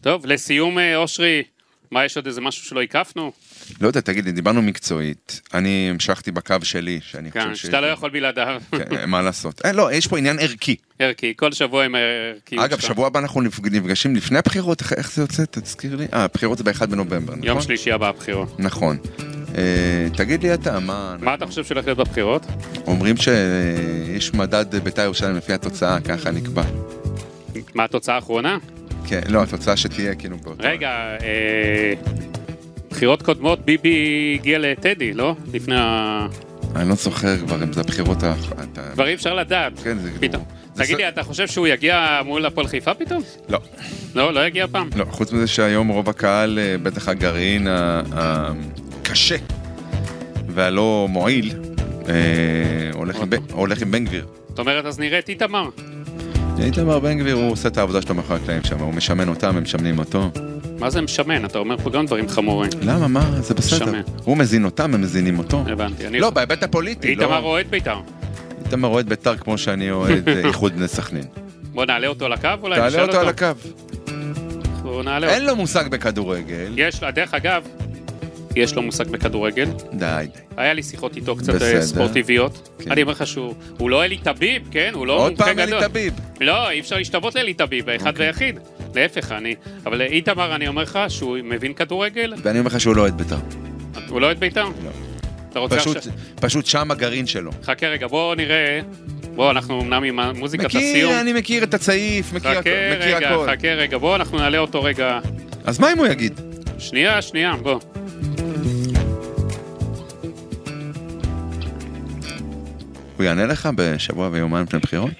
[SPEAKER 2] טוב, לסיום, אה, אושרי, מה, יש עוד איזה משהו שלא הקפנו?
[SPEAKER 3] לא יודע, תגיד לי, דיברנו מקצועית, אני המשכתי בקו שלי, שאני
[SPEAKER 2] כן,
[SPEAKER 3] חושב שיש
[SPEAKER 2] שאתה לא
[SPEAKER 3] לי-
[SPEAKER 2] יכול בלעדיו.
[SPEAKER 3] כן, מה לעשות? אה, לא, יש פה עניין ערכי.
[SPEAKER 2] ערכי, כל שבוע עם אה, הערכי.
[SPEAKER 3] אגב, שבוע הבא אנחנו נפג- נפגשים לפני הבחירות, איך- איך זה יוצא? תזכיר לי. אה, הבחירות זה ב-1 בנובמבר, נכון?
[SPEAKER 2] יום שלישי הבא הבחירות.
[SPEAKER 3] נכון. אה, תגיד לי אתה, מה...
[SPEAKER 2] מה אתה חושב שהולך להיות בבחירות?
[SPEAKER 3] אומרים שיש מדד בית"ר ירושלים לפי התוצאה, ככה נקבע.
[SPEAKER 2] מה התוצאה האחרונה?
[SPEAKER 3] כן, לא, התוצאה שתהיה כאילו באותו...
[SPEAKER 2] רגע, אה, בחירות קודמות ביבי הגיע לטדי, לא? לפני ה...
[SPEAKER 3] אני לא זוכר כבר אם זה הבחירות האח... אתה-
[SPEAKER 2] כבר אי אפשר לדעת.
[SPEAKER 3] כן, זה
[SPEAKER 2] פתאום.
[SPEAKER 3] זה
[SPEAKER 2] תגיד
[SPEAKER 3] ס-
[SPEAKER 2] לי, אתה חושב שהוא יגיע מול הפועל חיפה פתאום?
[SPEAKER 3] לא,
[SPEAKER 2] לא, לא יגיע פעם.
[SPEAKER 3] לא, חוץ מזה שהיום רוב הקהל, אה, בטח הגרעין ה- הקשה והלא מועיל, אה, הולך
[SPEAKER 2] אוקיי.
[SPEAKER 3] עם ב- הולך עם בן גביר.
[SPEAKER 2] זאת אומרת, אז נראה את איתמר.
[SPEAKER 3] איתמר בן גביר, הוא עושה את העבודה שלו מאחורי הקלעים שם, הוא משמן אותם, הם משמנים אותו.
[SPEAKER 2] מה זה משמן? אתה אומר פה גם דברים חמורים.
[SPEAKER 3] למה, מה? זה בסדר.
[SPEAKER 2] משמן.
[SPEAKER 3] הוא מזין אותם, הם מזינים אותו.
[SPEAKER 2] הבנתי. אני-
[SPEAKER 3] לא, בהיבט הפוליטי,
[SPEAKER 2] איתמר
[SPEAKER 3] לא.
[SPEAKER 2] אוהד בית"ר.
[SPEAKER 3] איתמר אוהד בית"ר כמו שאני אוהד אה, איחוד בני סכנין.
[SPEAKER 2] לא, בוא נעלה אותו לקו אולי?
[SPEAKER 3] תעלה
[SPEAKER 2] נשאל
[SPEAKER 3] אותו על הקו.
[SPEAKER 2] בוא נעלה אותו.
[SPEAKER 3] אין לו מושג בכדורגל.
[SPEAKER 2] יש לו, דרך אגב, יש לו מושג בכדורגל.
[SPEAKER 3] די, די.
[SPEAKER 2] היה לי שיחות איתו קצת
[SPEAKER 3] בסדר.
[SPEAKER 2] אה, ספורטיביות.
[SPEAKER 3] כן.
[SPEAKER 2] אני אומר לך שהוא הוא לא אלי טביב, כן? הוא לא
[SPEAKER 3] עוד
[SPEAKER 2] מומחה
[SPEAKER 3] פעם אוקיי. אלי
[SPEAKER 2] גדול.
[SPEAKER 3] תביב.
[SPEAKER 2] לא, אי אפשר להשתוות לאלי טביב, האחד והיחיד. להפך, אני... אבל איתמר, אני אומר לך שהוא מבין כדורגל,
[SPEAKER 3] ואני אומר לך שהוא לא אוהד בית"ר.
[SPEAKER 2] הוא לא אוהד בית"ר. אתה רוצה
[SPEAKER 3] פשוט-
[SPEAKER 2] עכשיו...
[SPEAKER 3] פשוט שם הגרעין שלו.
[SPEAKER 2] חכה רגע, בואו נראה. בואו, אנחנו אמנם עם המוזיקת הסיום.
[SPEAKER 3] מכיר, אני מכיר את הצעיף, מכיר
[SPEAKER 2] חכה
[SPEAKER 3] הכ- מכיר
[SPEAKER 2] רגע,
[SPEAKER 3] הכל.
[SPEAKER 2] חכה רגע, בואו, אנחנו נעלה אותו רגע.
[SPEAKER 3] אז מה אם הוא יגיד?
[SPEAKER 2] שנייה, שנייה, בוא.
[SPEAKER 3] הוא יענה לך בשבוע ויומיים לפני בחירות?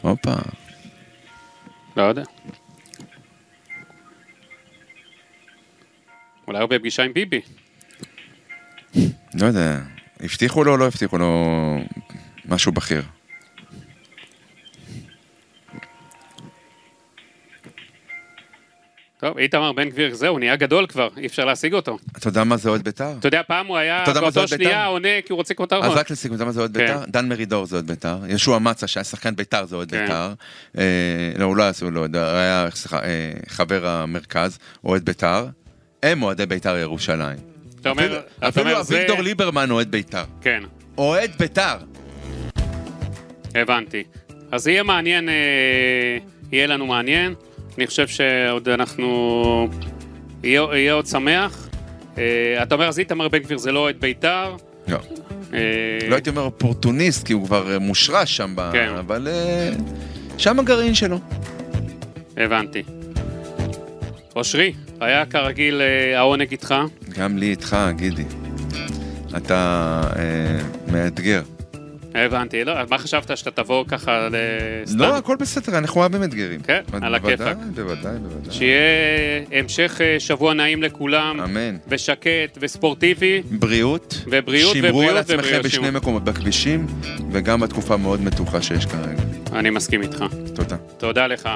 [SPEAKER 3] הופה.
[SPEAKER 2] לא יודע. אולי הוא בפגישה עם ביבי.
[SPEAKER 3] לא יודע. הבטיחו לו או לא הבטיחו לו משהו בכיר?
[SPEAKER 2] טוב, איתמר בן גביר, זהו, נהיה גדול כבר, אי אפשר להשיג אותו.
[SPEAKER 3] אתה יודע מה זה אוהד בית"ר?
[SPEAKER 2] אתה יודע, פעם הוא היה
[SPEAKER 3] אתה יודע מה זה
[SPEAKER 2] באותו
[SPEAKER 3] עוד בית"ר?
[SPEAKER 2] שנייה עונה כי הוא רוצה כותרות.
[SPEAKER 3] אז רק לסיכום, אתה יודע מה זה אוהד
[SPEAKER 2] כן.
[SPEAKER 3] בית"ר? דן מרידור זה אוהד בית"ר, ישוע מצה שהיה שחקן בית"ר זה אוהד
[SPEAKER 2] כן.
[SPEAKER 3] בית"ר, אה, לא, הוא לא היה הוא לא יודע, היה סליחה, אה, חבר המרכז, אוהד בית"ר, הם אוהדי בית"ר ירושלים.
[SPEAKER 2] אתה אומר-
[SPEAKER 3] אפילו-
[SPEAKER 2] אתה
[SPEAKER 3] אפילו
[SPEAKER 2] אומר, זה-
[SPEAKER 3] אביגדור ליברמן אוהד בית"ר.
[SPEAKER 2] כן,
[SPEAKER 3] אוהד בית"ר!
[SPEAKER 2] הבנתי. אז יהיה מעניין, אה, יהיה לנו מעניין. אני חושב שעוד אנחנו... יהיה יהיה עוד שמח. אה, אתה אומר, אז איתמר בן גביר זה לא אוהד בית"ר.
[SPEAKER 3] לא,
[SPEAKER 2] אה,
[SPEAKER 3] לא הייתי אומר אופורטוניסט, כי הוא כבר אה, מושרש שם, ב-
[SPEAKER 2] כן.
[SPEAKER 3] אבל אה, שם הגרעין שלו.
[SPEAKER 2] הבנתי. אושרי, היה כרגיל אה, העונג איתך.
[SPEAKER 3] גם לי איתך, גידי. אתה אה, מאתגר.
[SPEAKER 2] הבנתי, לא, מה חשבת שאתה תבוא ככה אה, לסתם?
[SPEAKER 3] לא, הכל בסדר, אנחנו אוהבים אתגרים.
[SPEAKER 2] כן, על הכיפאק.
[SPEAKER 3] בוודאי, בוודאי, בוודאי.
[SPEAKER 2] שיהיה המשך אה, שבוע נעים לכולם,
[SPEAKER 3] אמן.
[SPEAKER 2] ושקט וספורטיבי.
[SPEAKER 3] בריאות.
[SPEAKER 2] ובריאות,
[SPEAKER 3] שמרו
[SPEAKER 2] ובריאות,
[SPEAKER 3] על עצמכם
[SPEAKER 2] ובריאות,
[SPEAKER 3] בשני
[SPEAKER 2] שמעו.
[SPEAKER 3] מקומות, בכבישים, וגם בתקופה מאוד מתוחה שיש כרגע.
[SPEAKER 2] אני מסכים איתך.
[SPEAKER 3] תודה.
[SPEAKER 2] תודה לך.